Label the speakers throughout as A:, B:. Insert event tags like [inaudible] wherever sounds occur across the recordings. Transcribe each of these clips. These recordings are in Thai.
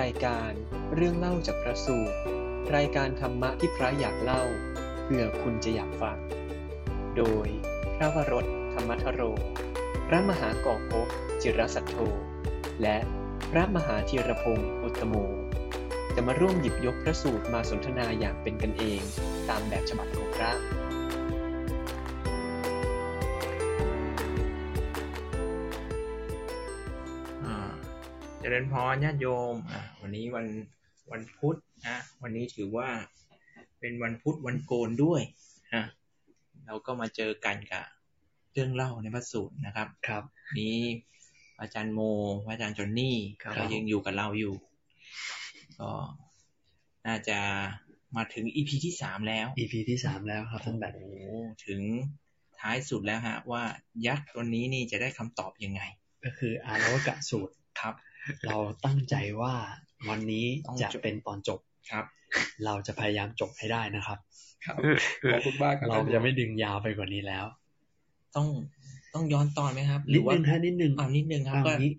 A: รายการเรื่องเล่าจากพระสูตร รายการธรรมะที่พระอยากเล่าเผื่อคุณจะอยากฟัง โดยพระวรถธรรมทโร พระมหากอกภพจิรสัตโธ และพระมหาธีรพงศ์อุตตโม จะมาร่วมหยิบยกพระสูตรมาสนทนาอย่างเป็นกันเองตามแบบฉบับของพระ
B: อ่าเจริญพรญาติโยมอ่ะวันนี้วันวันพุธนะวันนี้ถือว่าเป็นวันพุธวันโกนด้วยนะเราก็มาเจอกันกับเรื่องเล่าในพระสูตรนะครับ
A: ครับ
B: นี้อาจารย์โมอาจารย์จอนนี่
A: ครับ
B: ก็ยังอยู่กับเราอยู่ ก็น่าจะมาถึงอีพีที่สามแล้ว
A: EP ที่สามแล้วครับท่านแบบ
B: โอ้โหถึงท้ายสุดแล้วฮะ ว่ายักษ์ตัวนี้นี่จะได้คำตอบยังไง
C: ก็คืออารวกะสูตร
B: ครับ
C: เราตั้งใจว่าวันนี้
B: ต้องจ
C: จะ
B: บ
C: เป็นตอนจบ
B: ครับ
C: เราจะพยายามจบให้ได้นะครับ
B: ครับขอบคุณมากครับ
C: เราจะไม่ดึงยาวไปกว่านี้แล้ว
B: ต้องต้องย้อนตอนไหมครับ ห
C: นิ
B: รื
C: ด
B: อว่า
C: นึงฮะนิดนึง
B: เอานิดนึงครับ
C: เอา
B: ก็
C: อย่างนี้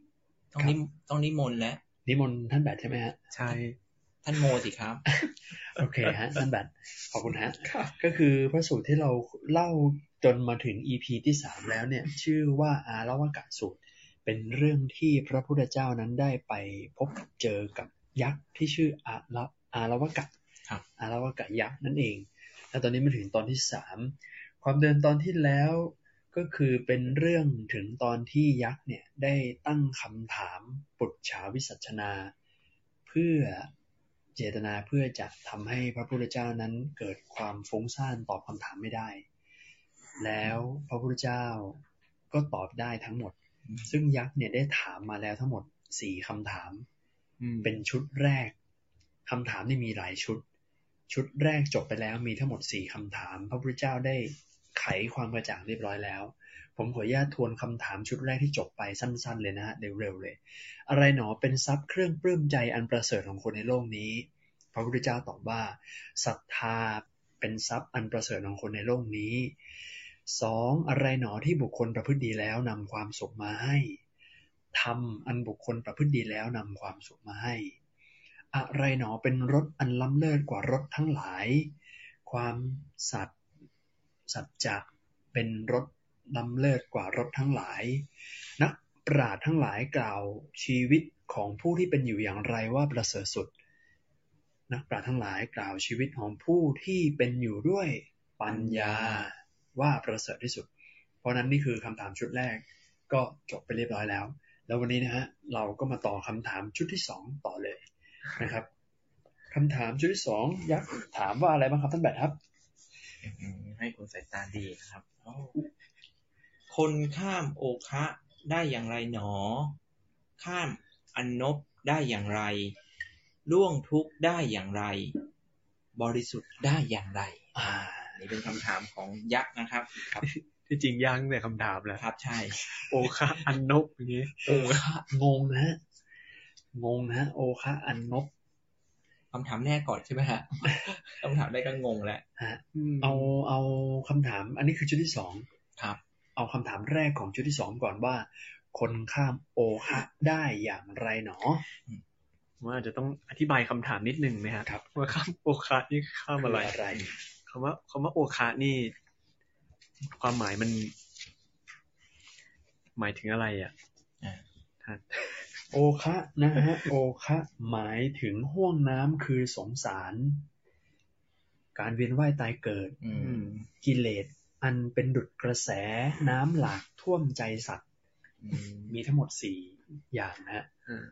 B: ต้องนิมต้องนิมนต์แล้ว
C: นิมนต์ท่านแบทใช่ไหมฮะ
A: ใช่
B: ท่านโมสิครับ
C: โอเคฮะท่านแบทขอบคุณฮะก็คือพระสูตรที่เราเล่าจนมาถึง EP ที่สามแล้วเนี่ย ชื่อว่าอารวกะสูตร เป็นเรื่องที่พระพุทธเจ้านั้นได้ไปพบเจอกับยักษ์ที่ชื่ออาระอารวกะ
B: ครับ
C: อารวากะยักษ์นั่นเอง และตอนนี้มาถึงตอนที่สาม ความเดิมตอนที่แล้วก็คือเป็นเรื่องถึงตอนที่ยักษ์เนี่ยได้ตั้งคำถามปุจฉาวิสัชนา เพื่อเจตนาเพื่อจะทำให้พระพุทธเจ้านั้นเกิดความฟุ้งซ่านตอบคำถามไม่ได้ แล้วพระพุทธเจ้าก็ตอบได้ทั้งหมด ซึ่งยักษ์เนี่ยได้ถามมาแล้วทั้งหมดสี่คำถาม เป็นชุดแรกคำถามนี่มีหลายชุด ชุดแรกจบไปแล้วมีทั้งหมดสี่คำถาม พระพุทธเจ้าได้ไขความกระจ่างเรียบร้อยแล้ว ผมขออนุญาตทวนคำถามชุดแรกที่จบไปสั้นๆเลยนะฮะเร็วๆเลย อะไรหนอเป็นทรัพย์เครื่องปลื้มใจอันประเสริฐของคนในโลกนี้ พระพุทธเจ้าตอบว่าศรัทธาเป็นทรัพย์อันประเสริฐของคนในโลกนี้สองอะไรหนอที่บุคคลประพฤติดีแล้วนำความสุขมาให้ ธรรมอันบุคคลประพฤติดีแล้วนำความสุขมาให้ อะไรหนอเป็นรถอันล้ำเลิศกว่ารถทั้งหลาย ความสัตย์สัจจะเป็นรถล้ำเลิศกว่ารถทั้งหลาย นักปราชญ์ทั้งหลายกล่าวชีวิตของผู้ที่เป็นอยู่อย่างไรว่าประเสริฐสุด นักปราชญ์ทั้งหลายกล่าวชีวิตของผู้ที่เป็นอยู่ด้วยปัญญาว่าประเสริฐที่สุด เพราะนั้นนี่คือคำถามชุดแรก ก็จบไปเรียบร้อยแล้ว แล้ววันนี้นะฮะเราก็มาต่อคำถามชุดที่สองต่อเลยนะครับคำถามชุดที่สองยักษ์ถามว่าอะไรบ้างครับท่านแบทครับ
B: อืมให้คนสายตาดีนะครับโอ้คนข้ามโอคะได้อย่างไรหนอ ข้ามอันนบได้อย่างไร ล่วงทุกข์ได้อย่างไร บริสุทธิ์ได้อย่างไร
C: อ่า
B: อันนี่เป็นคำถามของยักษ์นะครับ ครับ
A: ที่จริงยังแต่คำถามแหละ
B: ครับใช่
A: โอคะอันนบอย่างนี้
C: โอคะงงนะฮะงงนะฮะโอคะอันนบ
B: คำถามแรกก่อนใช่ไหมฮะ คำถามแรกก็งงแล้ว
C: ฮะเอาเอาคำถาม อันนี้คือชุดที่สอง
B: ครับ
C: เอาคำถามแรกของชุดที่สองก่อนว่า คนข้ามโอคะได้อย่างไรหนอ
D: ว่าอาจจะต้องอธิบายคำถามนิดนึงนะฮะ
C: ครับ
D: ว่าคำโอคะนี่ข้ามอะไร
C: อะไร
D: คำว่าคำว่าโอคะนี่ ความหมายมัน หมายถึงอะไรอ่ะ
B: อ่า
D: ฮะ
C: โอคะนะฮะ โอคะหมายถึงห่วงน้ำคือสงสาร การเวียนว่ายตายเกิด
B: อืม
C: กิเลสอันเป็นดุจกระแสน้ำหลากท่วมใจสัตว์ มีทั้งหมดสี่อย่างนะฮะ
D: อ่า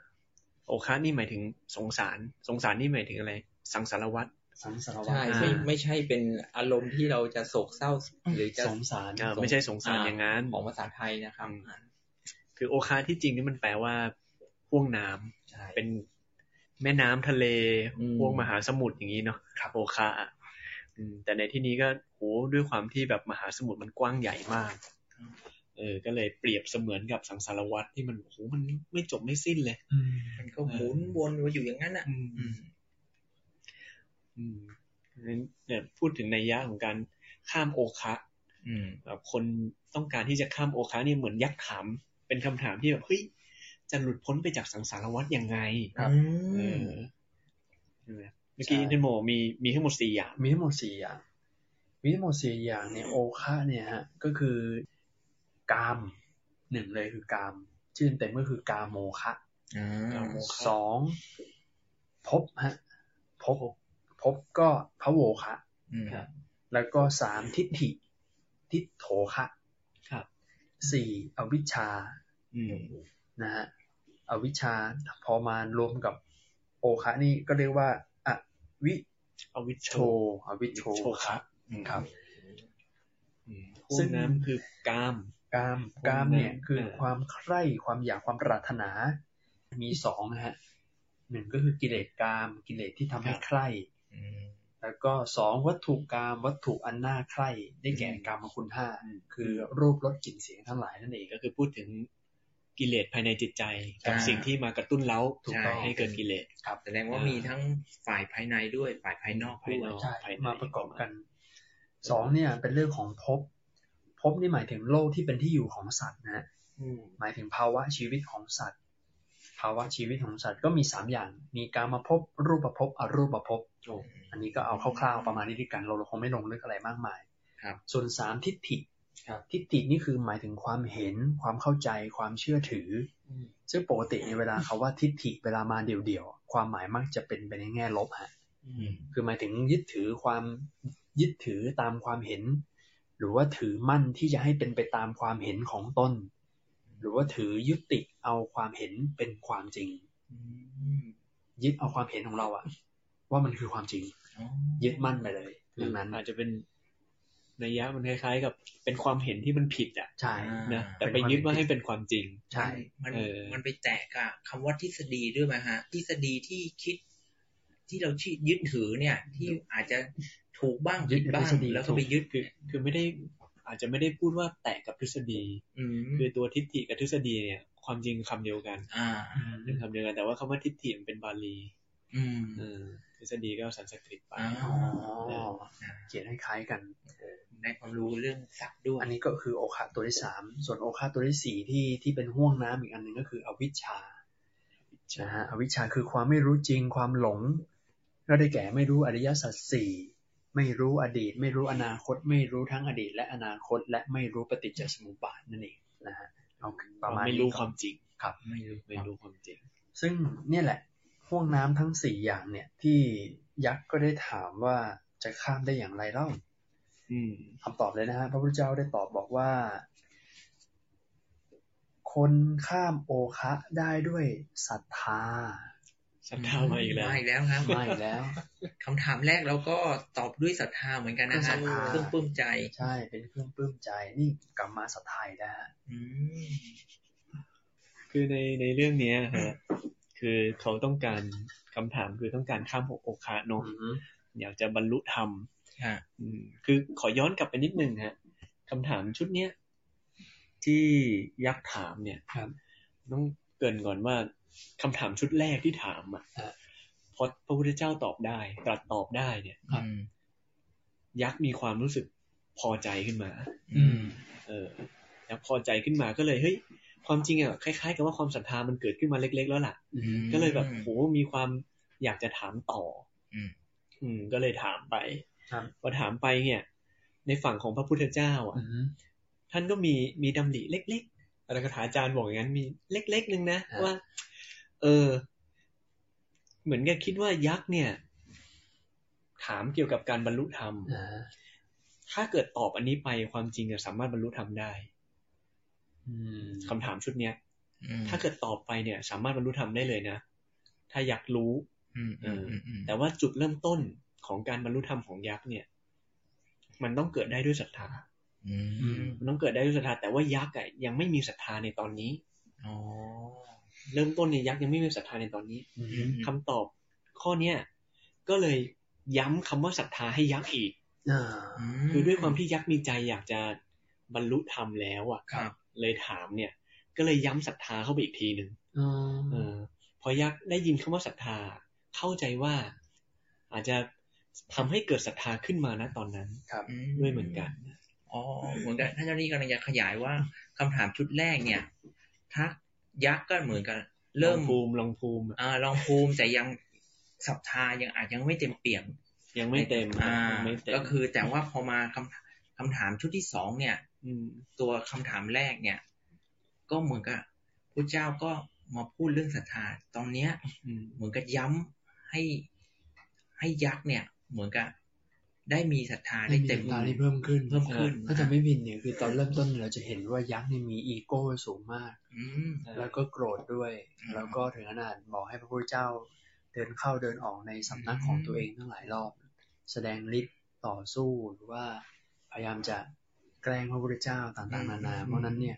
D: โอคะนี่หมายถึงสงสาร สงสารนี่หมายถึงอะไร สังสารวัตร
C: สังสารวัฏ
B: ใช่ไม่
D: อ่า
B: ไม่ใช่เป็นอารมณ์ที่เราจะโศกเศร้าหรือจะ
C: สงสาร
D: อ่า
B: สง
D: ไม่ใช่สงสารอย่างนั้น
B: ของภาษาไทยนะครับ
D: อืม คือโอคะที่จริงนี่มันแปลว่าห่วงน้ำ
B: ใช่
D: เป็นแม่น้ำทะเล
B: อืม
D: ห่วงมหาสมุทรอย่างนี้เนาะ
C: ครับ
D: โอคะอ่ะอืมแต่ในที่นี้ก็โหด้วยความที่แบบมหาสมุทรมันกว้างใหญ่มาก เออ ก็เลยเปรียบเสมือนกับสังสารวัตรที่มันโหมันไม่จบไม่สิ้นเลย
C: อืม
B: มันก็หมุนวนมาอยู่อย่างนั้นอ่ะ
D: อืม
B: อืม
D: อืมงั้นเนี่ยพูดถึงในยยะของการข้ามโอคะ
B: อืม
D: แบบคนต้องการที่จะข้ามโอคะนี่เหมือนยักษ์ถาม เป็นคำถามที่แบบเฮ้ย จะหลุดพ้นไปจากสังสารวัฏยังไง
C: ครับ
B: อืม
D: เออใช่ไหมเมื่อกี้อินเทอร์โมมีมีทั้งหมดสี่อย่าง
C: มีทั้งหมดสี่อย่าง มีทั้งหมดสี่อย่างเนี่ยโอคะเนี่ยฮะก็คือกามหนึ่งเลยคือกาม ชื่อเต็มก็คือกามโมคะ
B: อ่า
C: สองภพบฮะภพบภพบก็พระโวคะ
B: อืม
D: ครับ
C: แล้วก็สามทิฏฐิ ทิฏโถคะ
D: ครับ
C: สี่อวิชชา
B: อืม
C: นะฮะอวิชชาพอมารวมกับโอคะนี่ก็เรียกว่าอวิ
D: อวิช
C: โช
D: โช
C: อวิโช
D: โชคะ
C: ครับ ซึ่
D: ซึ่
C: ง
D: งน้ำคือกาม
C: กามกามเนี่ย
D: ผมนะ
C: คือ
D: เออ
C: ความใคร่ความอยากความปรารถนา มีสองนะฮะหนึ่งก็คือกิเลสกาม กิเลสที่ทำให้ใคร่
B: อืม
C: แล้วก็สองวัตถุกาม วัตถุอันน่าใคร่ได้แก่กามคุณห้าคือรูปรสกลิ่นเสียงทั้งหลายนั่นเอง
D: ก็คือพูดถึงกิเลสภายในจิตใจ กับ
B: า
D: สิ่งที่มากระตุ้นเล้า
C: ถูกต้อง
D: ให้เกิดกิเลส
C: ครับ
B: แสดงว่ามีทั้งฝ่ายภายในด้วยฝ่ายภายนอกด้วย
D: ภายนอก
C: ใช่
D: ภายใน
C: มาประกอบกันสองเนี่ยเป็นเรื่องของภพภพนี่หมายถึงโลกที่เป็นที่อยู่ของสัตว์นะฮะ
B: อืม
C: หมายถึงภาวะชีวิตของสัตว์ ภาวะชีวิตของสัตว์ก็มีสามอย่าง มีการมาพบรูปภพอรูปภพอันนี้ก็เอาคร่าวๆประมาณนี้ดีกันเราเราคงไม่ลงลึกอะไรมากมาย
B: ครับ
C: ส่วนสามทิฏฐิ
B: ครับ
C: ทิฏฐินี่คือหมายถึงความเห็น ความเข้าใจ ความเชื่อถืออ
D: ม
C: ซึ่งปกติในเวลาคาว่าทิฏฐิเวลามาเดี่ยวๆ ความหมายมักจะเป็นไปในแง่ลบฮะ
B: อืม
C: คือหมายถึงยึดถือความยึดถือตามความเห็น หรือว่าถือมั่นที่จะให้เป็นไปตามความเห็นของตนหรือว่าถือยุติเอาความเห็นเป็นความจริง
B: อืม
C: ยึดเอาความเห็นของเราอะว่ามันคือความจริง
B: อ๋อ
C: ยึดมั่นไปเลยดังนั้น
D: อาจจะเป็นในยะมันคล้ายๆ กับเป็นความเห็นที่มันผิดอ่ะ
C: ใช่
D: นะแต่
C: เป็น
D: ไปยึด
C: ควา
D: ว่า
C: มเห็น
D: ให้เป็นความจริง
C: ใช่
B: มัน
D: เออ
B: มันไปแตกอะคำว่าทฤษฎีด้วยไหมฮะ ทฤษฎีที่คิด ที่เราชี้ยึดถือเนี่ย ที่อาจจะถูกบ้างผิดบ้างแล้วก็ไปยึด
D: คือคือไม่ได้อาจจะไม่ได้พูดว่าแตกกับทฤษฎี
B: อืม
D: คือตัวทิฏฐิกับทฤษฎีเนี่ย ความจริงคำเดียวกัน
B: อ่า
D: เป็นคำเดียวกันแต่ว่าคำว่าทิฏฐิมันเป็นบาลี
B: อืม
D: เออทฤษฎีก็สันสกฤตไป
B: อ่า
C: อ๋อเขียนให้คล้ายกัน
B: ได้ความรู้เรื่องศัพท์ด้วย
C: อันนี้ก็คือโอคาตัวที่สาม ส่วนโอคาตัวที่สี่ที่ที่เป็นห่วงน้ำอีกอันหนึ่งก็คืออวิชชานะฮะอวิชชาคือความไม่รู้จริงความหลง ก็ได้แก่ไม่รู้อริยสัจสี่ไม่รู้อดีต ไม่รู้อนาคต ไม่รู้ทั้งอดีต และอนาคต และไม่รู้ปฏิจจสมุปบาทนั่นเองนะฮะเอาประมาณ
D: ไม่
C: นี้
D: รู้ค
C: ก่อ
D: วาน มจริง
C: ครับ
D: ไม่รู้ไม่รู้ความจริง
C: ซึ่งเนี่ยแหละห่วงน้ำทั้งสี่อย่างเนี่ยที่ยักษ์ก็ได้ถามว่าจะข้ามได้อย่างไรเล่า
D: อืม
C: คำตอบเลยนะฮะพระพุทธเจ้าได้ตอบบอกว่า คนข้ามโอคะได้ด้วยศรัทธา
D: สันทามาอีกแล้ว
B: มาอีกแล้วครับ
C: ไม่แล้ว
B: คำถามแรกเราก็ตอบด้วยศรัทธาเหมือนกันนะฮะ
C: ก็ศรัทธา
B: เครื่องปลื้มใจ
C: ใช่เป็นเครื่องปลื้มใจนี่กลับมาศรัทธาอีกแล้วฮะ
B: อืม
D: คือในในเรื่องเนี้ยฮะคือเขาต้องการคำถามคือต้องการข้ามหกโอคาเน
C: อือ
D: ม
C: ฮึ
D: อยากจะบรรลุธรรม
B: ค่ะ
D: อืมคือขอย้อนกลับไปนิดนึงฮะคำถามชุดเนี้ยที่ยักษ์ถามเนี่ย
C: ครับ
D: ต้องเกรินก่อนว่าคำถามชุดแรกที่ถามอ่ะ
C: ฮะ
D: พอพระพุทธเจ้าตอบได้ตรัสตอบได้เนี่ย
C: ครับ
B: อืม
D: ยักษ์มีความรู้สึกพอใจขึ้นมา
B: อืม
D: เออยักษ์พอใจขึ้นมาก็เลยเฮ้ยความจริงอ่ะคล้ายๆ กับว่าความศรัทธามันเกิดขึ้นมาเล็ก ๆ แล้วล่ะ
C: อืม
D: ก็เลยแบบโหมีความอยากจะถามต่อ
B: อืม
D: อืม ก็เลยถามไป
C: ครับ
D: พอถามไปเนี่ย ในฝั่งของพระพุทธเจ้า อ่ะ
C: อือฮึ
D: ท่านก็มีมีดำริเล็กๆอัตถกถาอาจารย์บอกอย่างนั้นมีเล็กๆนึงนะ
C: ฮะ
D: ว่า เออ เหมือนกับคิดว่ายักษ์เนี่ย ถามเกี่ยวกับการบรรลุธรรม
C: อ่า
D: ถ้าเกิดตอบอันนี้ไปความจริงอะสามารถบรรลุธรรมได้
C: อืม
D: คำถามชุดเนี้ย
B: อืม
D: ถ้าเกิดตอบไปเนี่ย สามารถบรรลุธรรมได้เลยนะ ถ้าอยากรู้
B: อืมอืมอืมอืม
D: แต่ว่าจุดเริ่มต้นของการบรรลุธรรมของยักษ์เนี่ย มันต้องเกิดได้ด้วยศรัทธา
B: อืม
D: มันต้องเกิดได้ด้วยศรัทธาแต่ว่ายักษ์อะยังไม่มีศรัทธาในตอนนี้
B: อ๋อ
D: เริ่มต้นเนี่ยยักษ์ยังไม่มีศรัทธาในตอนนี้
C: อือ
B: อื
C: ฮึ
B: ม
D: คำตอบข้อเนี้ยก็เลยย้ำคำว่าศรัทธาให้ยักษ์อีก
C: อ่า
B: ม
D: คือด้วยความที่ยักษ์มีใจอยากจะบรรลุธรรมแล้วอ่ะ
B: ครับ
D: เลยถามเนี่ย ก็เลยย้ำศรัทธาเข้าไปอีกทีหนึ่ง
C: อ๋อ
D: เออพอยักษ์ได้ยินคำว่าศรัทธา เข้าใจว่าอาจจะทำให้เกิดศรัทธาขึ้นมานะตอนนั้น ด้วยเหมือนกัน
B: อ๋อเหมือนกันท่านเจ้าหนี้กำลังจะขยายว่าคำถามชุดแรกเนี่ย ถ้า ยักษ์ก็เหมือนกัน เริ่ม
D: ลองภูมิลองภูมิอะ
B: อ่าลองภูมิแต่ยังศรัทธายังอาจยังไม่เต็มเปี่ยม
D: ยังไม่เต็ม
B: อ่า
D: ยังไม่เต็ม
B: ก็คือแต่ว่าพอมาคำคำถามชุดที่สองเนี่ย
D: ม
B: ตัวคำถามแรกเนี่ย ก็เหมือนกับพระเจ้าก็มาพูดเรื่องศรัทธาตอนเนี้ย
D: อืม
B: เหมือนกับย้ำให้ให้ยักษ์เนี่ย เหมือนกับได้มีศรัทธาได้เต็ม
C: ตาที่เพิ่มขึ้น
B: เพิ่มขึ้น
C: ถ้าจะไม่บินเนี่ยคือตอนเริ่มต้นเราจะเห็นว่ายักษ์เนี่ยมีอีโก้สูงมาก
B: อืม
C: แล้วก็โกรธด้วย
B: อืม
C: แล้วก็ถึงขนาดบอกให้พระพุทธเจ้าเดินเข้าเดินออกในสำนักของตัวเองตั้งหลายรอบ แสดงฤทธิ์ต่อสู้หรือว่าพยายามจะแกล้งพระพุทธเจ้าต่างๆนานา
B: อืม
C: เพราะฉะนั้นเนี่ย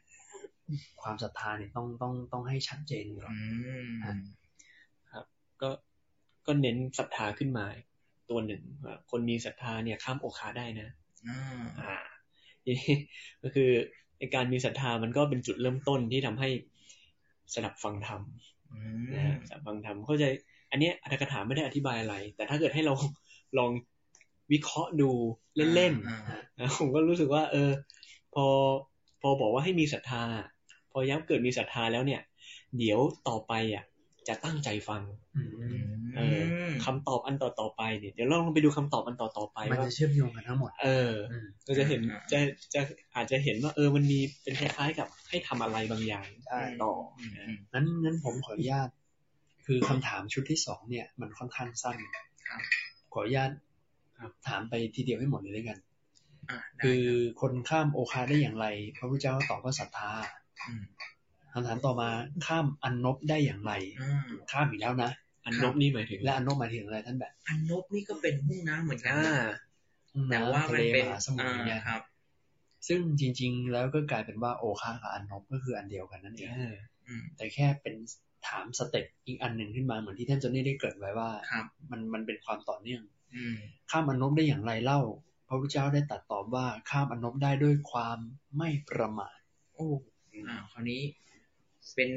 C: ความศรัทธาเนี่ยต้องต้องต้องให้ชัดเจนก่อน
B: อืม
D: ก็ก็เน้นศรัทธาขึ้นมาอีกตัวหนึ่งว่าคนมีศรัทธาเนี่ยข้ามโอคาได้นะ
B: อ่า
D: อ่า [laughs] ทีนี้ก็คือในการมีศรัทธามันก็เป็นจุดเริ่มต้นที่ทำให้สนับฟังธรรม
B: อื
D: นะฮะ
B: ม
D: สนับฟังธรรมเข้าใจ อันเนี้ยอัตถกถาไม่ได้อธิบายอะไร แต่ถ้าเกิดให้เรา [laughs] ลองวิเคราะห์ดูเล่น
B: อ่าอ่า
D: ๆนะผมก็รู้สึกว่า เออ พอพอบอกว่าให้มีศรัทธา พอย้ำเกิดมีศรัทธาแล้วเนี่ย เดี๋ยวต่อไปอ่ะ จะตั้งใจฟัง
C: อืม
D: เออ คำตอบอันต่อต่อๆไปเนี่ยเดี๋ยวเราลองไปดูคำตอบอันต่อต่อๆไป
C: มัน
D: ว่า
C: จะเชื่อมโยงกันทั้งหมด
D: เออ
C: อืม
D: เราจะเห็นจะจะอาจจะเห็นว่าเออมันมีเป็นคล้ายๆกับให้ทำอะไรบางอย่าง
C: ใช่
D: ต่อ
B: อืม
D: นะ
B: อืม
C: งั้นงั้นผมขออนุญาต คือคำถามชุดที่สองเนี่ย มันค่อนข้างสั้น
B: ครับ
C: ขออนุญาตถามไปทีเดียวให้หมดเลยด้วยกัน
B: อ่าได้
C: คือคนข้ามโอคาได้อย่างไร พระพุทธเจ้าตอบว่าศรัทธา
B: ม
C: คำถามต่อมาข้ามอันนบได้อย่างไร
B: อ่า
C: ข้ามอีกแล้วนะ
D: อัน
B: ครั
D: น
B: บ
D: บนี่หมายถึง
C: และอันนบหมายถึงอะไรท่านแบบ
B: อันนบนี่ก็เป็นห้องน้ำเหมือนกัน
D: อ่า
B: นะแต่
C: น้ำ
B: ว่า
C: ทะ
B: มัน
C: เล
B: เป็น
C: มหาสมุทรอย่าง
B: อ่า
C: เนี่ย
B: ครับ
C: ซึ่งจริง ๆ แล้วก็กลายเป็นว่าโอคากับอันนบก็คืออันเดียวกันนั่นเอง
D: อ่า
B: อืม
C: แต่แค่เป็นถามสเต็ปอีกอันหนึ่งขึ้นมาเหมือนที่ท่านเจนนี่ได้เกริดไว้ว่า
B: ครับ
C: มันมันเป็นความต่อเนื่อง
B: อืม
C: ข้ามอันนบได้อย่างไรเล่า พระพุทธเจ้าได้ตรัดตอบว่าข้ามอันนบได้ด้วยความไม่ประมาท
B: โอ้อ่าคราวนี้ เป็น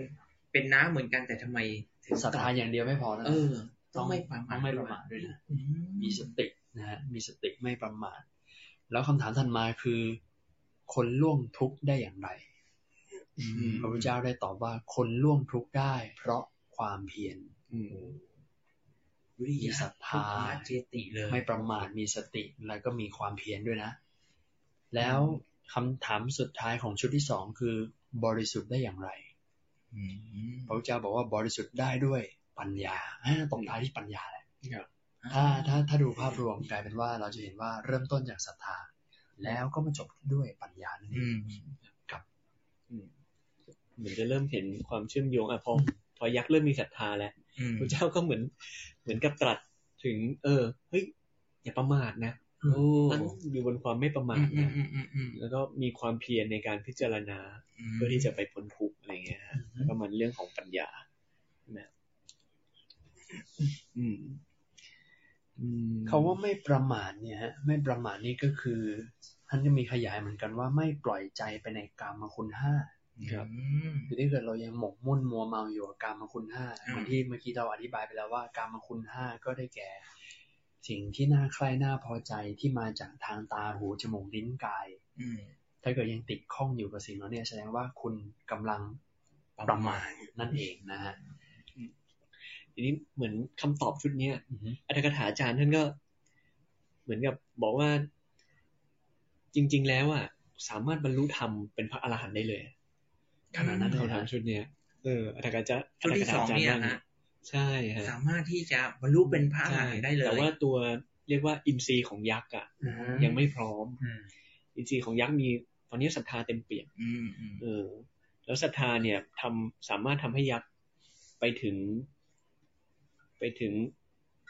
B: เป็นน้ำเหมือนกันแต่ทำไมถึง
C: ศรัทธาอย่างเดียวไม่พอนะ
B: เออ ต้องไม่ประมาท
C: ต้องไม่ประมาทด้วยนะ
B: อื
C: มีสตินะฮะ มีสติไม่ประมาท แล้วคำถามถัดมาคือ คนล่วงทุกข์ได้อย่างไร
B: อืม
C: พระพุทธเจ้าได้ตอบว่าคนล่วงทุกข์ได้ เพราะความเพียร
D: อืม
B: วิริ
C: มี
B: ยะ
C: ศรัทธา
B: พุทธะเจติเลย
C: ไม่ประมาท มีสติ แล้วก็มีความเพียรด้วยนะ แล้วคำถามสุดท้ายของชุดที่สองคือบริสุทธิ์ได้อย่างไร
B: อืม
C: พระพุทธเจ้าบอกว่าบริสุทธิ์ได้ด้วยปัญญาอ่าตบท้ายที่ปัญญาแหละ
D: ครับ
C: ถ้าถ้าถ้าดูภาพรวมกลายเป็นว่าเราจะเห็นว่าเริ่มต้นจากศรัทธา แล้วก็มาจบด้วยปัญญานั่นเอง
B: อืม
D: อืมเหมือนจะเริ่มเห็นความเชื่อมโยงอ่ะพอพอยักษ์เริ่มมีศรัทธาแล้ว
B: อืม
D: พระเจ้าก็เหมือน เหมือนกับตรัสถึง เออเฮ้ยอย่าประมาทนะ
B: โอ้
D: ตั้งอยู่บนความไม่ประมา
B: อื
D: ท
B: มอืม
D: นะ
B: อืมอืมอืม
D: แล้วก็มีความเพียรในการพิจารณา เพื่อที่จะไปพ้นทุกข์อะไรเงี้ยฮะ
C: อือฮึ
D: แล้วก็มันเรื่องของปัญญานะอืมอืม
C: เขาว่าไม่ประมาทเนี่ยฮะไม่ประมาทนี่ก็คือ ท่านจะมีขยายเหมือนกันว่าไม่ปล่อยใจไปในกามคุณห้า
D: ครับ
B: อืม
C: คือถ้าเกิดเรายังหมกมุ่นมัวเมาอยู่กับกามคุณห้า
B: อืม
C: เหมือนที่เมื่อกี้เราอธิบายไปแล้วว่ากามคุณห้าก็ได้แก่ สิ่งที่น่าใคร่น่าพอใจที่มาจากทางตาหูจมูกลิ้นกาย
B: อืม
C: ถ้าเกิดยังติดข้องอยู่กับสิ่งเหล่านี้แสดงว่าคุณกำลัง
B: ประมาท
C: นั่นเองนะฮะ
D: ทีนี้เหมือนคำตอบชุดเนี้ย
C: อือฮึ
D: อัตถกถาจารย์ท่านก็ เหมือนกับบอกว่า จริง ๆ แล้วอ่ะสามารถบรรลุธรรมเป็นพระอรหันต์ได้เลย
C: ขณะนั้นเลย
D: คำถา
C: ฮะ
D: มชุดเนี้ยเอออัตถกถาจารย์
B: ชุดที่สองเนี่ย
D: ท่า
B: ฮะ
D: ใช่ฮะ
B: สามารถที่จะบรรลุเป็นพระอรหันต์ได้เลย
D: แต่ว่าตัวเรียกว่าอินทรีย์ของยักษ์อ่ะยังไม่พร้อม
C: อืม
D: อินทรีย์ของยักษ์มีตอนนี้ศรัทธาเต็มเปี่ยม
B: อืมอืม
D: เออ แล้วศรัทธาเนี่ยทำสามารถทำให้ยักษ์ไปถึง ไปถึง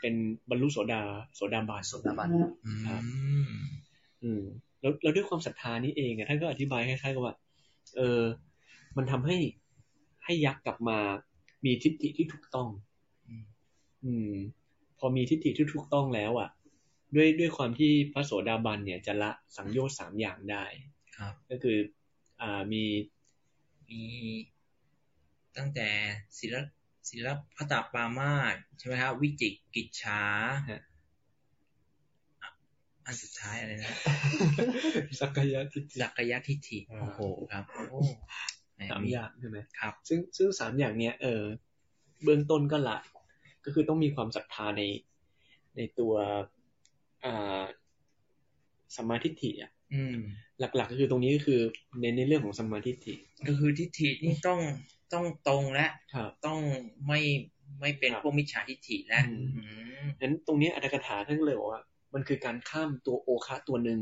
D: เป็นบรรลุโสดาโสดาบัน
C: สถาบัน
B: อืม
D: อืมแล้วแล้วด้วยความศรัทธานี้เองอะท่านก็อธิบายคล้ายๆกับว่า เออ มันทำให้ให้ยักษ์กลับมามีทิฏฐิที่ถูกต้อง อืม พอมีทิฏฐิที่ถูกต้องแล้วอ่ะ ด้วยด้วยความที่พระโสดาบันเนี่ยจะละสังโยชน์สามอย่างได้
B: ครับ
D: ก็คืออ่ามี [laughs]
B: มีตั้งแต่ศิลปศิลปตปามาสใช่ไหมครับวิจิกิจฉา
D: ฮะ
B: อ่ะอันสุดท้ายอะไรนะ
D: สักกายทิฏฐิ
B: หลักกายทิฏฐิ
D: อ่า
B: โอ้โหครับโอ้ นะ
D: สามอย่างใช่ไหม
B: ครับ
D: ซึ่งซึ่งสามอย่างเนี้ยเออเบื้องต้นก็ละ ก็คือต้องมีความศรัทธาในในตัวอ่าสมมาธิฏฐิอ่ะ
B: อืม
D: หลัก ๆ ก็คือตรงนี้ก็คือเน้นในเรื่องของสมมาธิฏฐิ
B: ก็คือทิฏฐินี่ต้องต้องตรงและ
D: ครับ
B: ต้องไม่ไม่เป็น
D: ครับ
B: พวกมิจฉาทิฏฐิแล้ว
D: อืม
B: อืม
D: นั้นตรงนี้อัตถกถาท่านก็เลยบอกว่า มันคือการข้ามตัวโอคะตัวหนึ่ง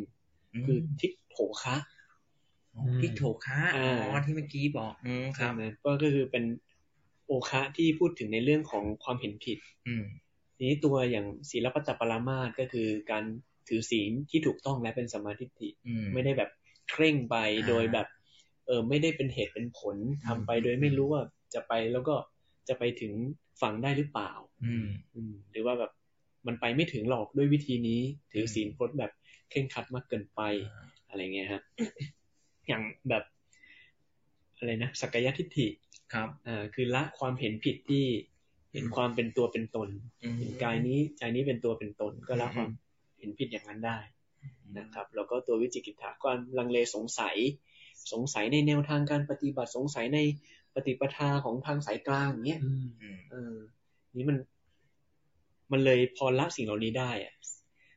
D: คือทิฏโถคะ
B: มทิฏโถคะ
D: อ่
B: อ๋อ
D: า
B: ที่เมื่อกี้บอก อืมครับ
D: ใช่ไหมก็ก็คือเป็นโอคะที่พูดถึงในเรื่องของความเห็นผิด
B: อืม
D: ทีนี้ตัวอย่างศีลปัตตปรามาสก็คือการถือศีลที่ถูกต้องและเป็นสมมาธิฏฐิ
B: อืม
D: ไม่ได้แบบเคร่งไป
B: อ่า
D: โดยแบบ เออไม่ได้เป็นเหตุเป็นผลทำไป
B: อืม
D: โดยไม่รู้ว่าจะไปแล้วก็จะไปถึงฝั่งได้หรือเปล่า
B: อืม
D: อืมหรือว่าแบบมันไปไม่ถึงหรอกด้วยวิธีนี้ ถืออ
B: ม
D: ศีลพจน์แบบเคร่งครัดมากเกินไปอะไรเงี้ยฮะ [coughs] อย่างแบบอะไรนะสักยทิฏฐิ
B: ครับ
D: อ่าคือละความเห็นผิดที่เห็นความเป็นตัวเป็นตน
B: อืม
D: เห็นกายนี้ใจนี้เป็นตัวเป็นตนก็ละ
B: อืม
D: ความเห็นผิดอย่างนั้นได้ นะครับแล้วก็ตัววิจิกิจถาความลังเลสงสัย สงสัยในแนวทางการปฏิบัติสงสัยในปฏิปทาของทางสายกลางอย่างเงี้ย
C: อืม
B: อืม
D: เออนี่มัน มันเลยพอละสิ่งเหล่านี้ได้อะ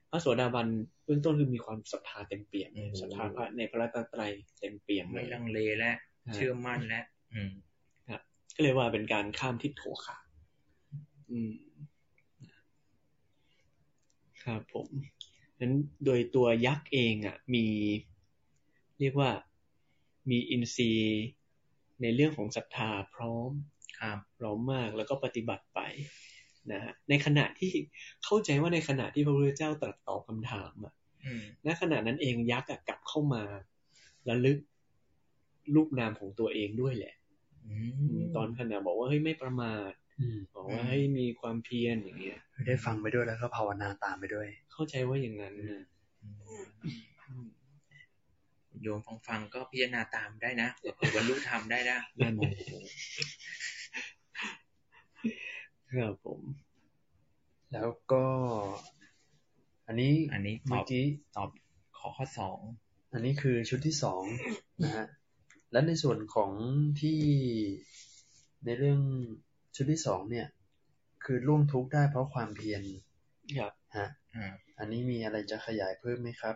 D: พระโสดาบันเบื้องต้นคือมีความศรัทธาเต็มเปี่ยมเลยศรัทธาพระในพระรัตนตรัยเต็มเปี่ยมเล
B: ไม่
D: ย
B: ลังเลและเชื่อมั่นและอืม
D: ก็เลยว่าเป็นการข้ามทิศโถขาอืม ครับผมนั้นโดยตัวยักษ์เองอ่ะ มีเรียกว่ามีอินทรีย์ในเรื่องของศรัทธาพร้อม
B: ครับ
D: พร้อมมากแล้วก็ปฏิบัติไปนะฮะในขณะที่เข้าใจว่าในขณะที่พระพุทธเจ้าตรัสตอบคำถามอ่ะ
B: อืม
D: ณขณะนั้นเองยักษ์อะกลับเข้ามาระลึกรูปนามของตัวเองด้วยแหละ
B: อื
D: อื
B: ม
D: มตอนขณะบอกว่าเฮ้ยไม่ประมาท
C: อืม
D: บอกว่าเฮ้ยมีความเพียรอย่างเงี้ย
C: ได้ฟังไปด้วยแล้วก็ภาวนาตามไปด้วย
D: เข้าใจว่าอย่างนั้นนะอืม
B: โยมฟังฟังๆก็พิจารณาตามได้นะเผื่อบรรลุธรรมได้นะ
D: นั่นโอ้โหครับผม
C: แล้วก็ อันนี้
B: อันนี้ต
C: เมื่
B: อ
C: อบ กี้
B: ตอบข้อข้อสอง
C: อันนี้คือชุดที่สองนะฮะ และในส่วนของที่ในเรื่องชุดที่สองเนี่ย คือร่วงทุกข์ได้เพราะความเพียร
D: ครับ
C: ฮะ
B: อ่า
C: อันนี้มีอะไรจะขยายเพิ่มไหมครับ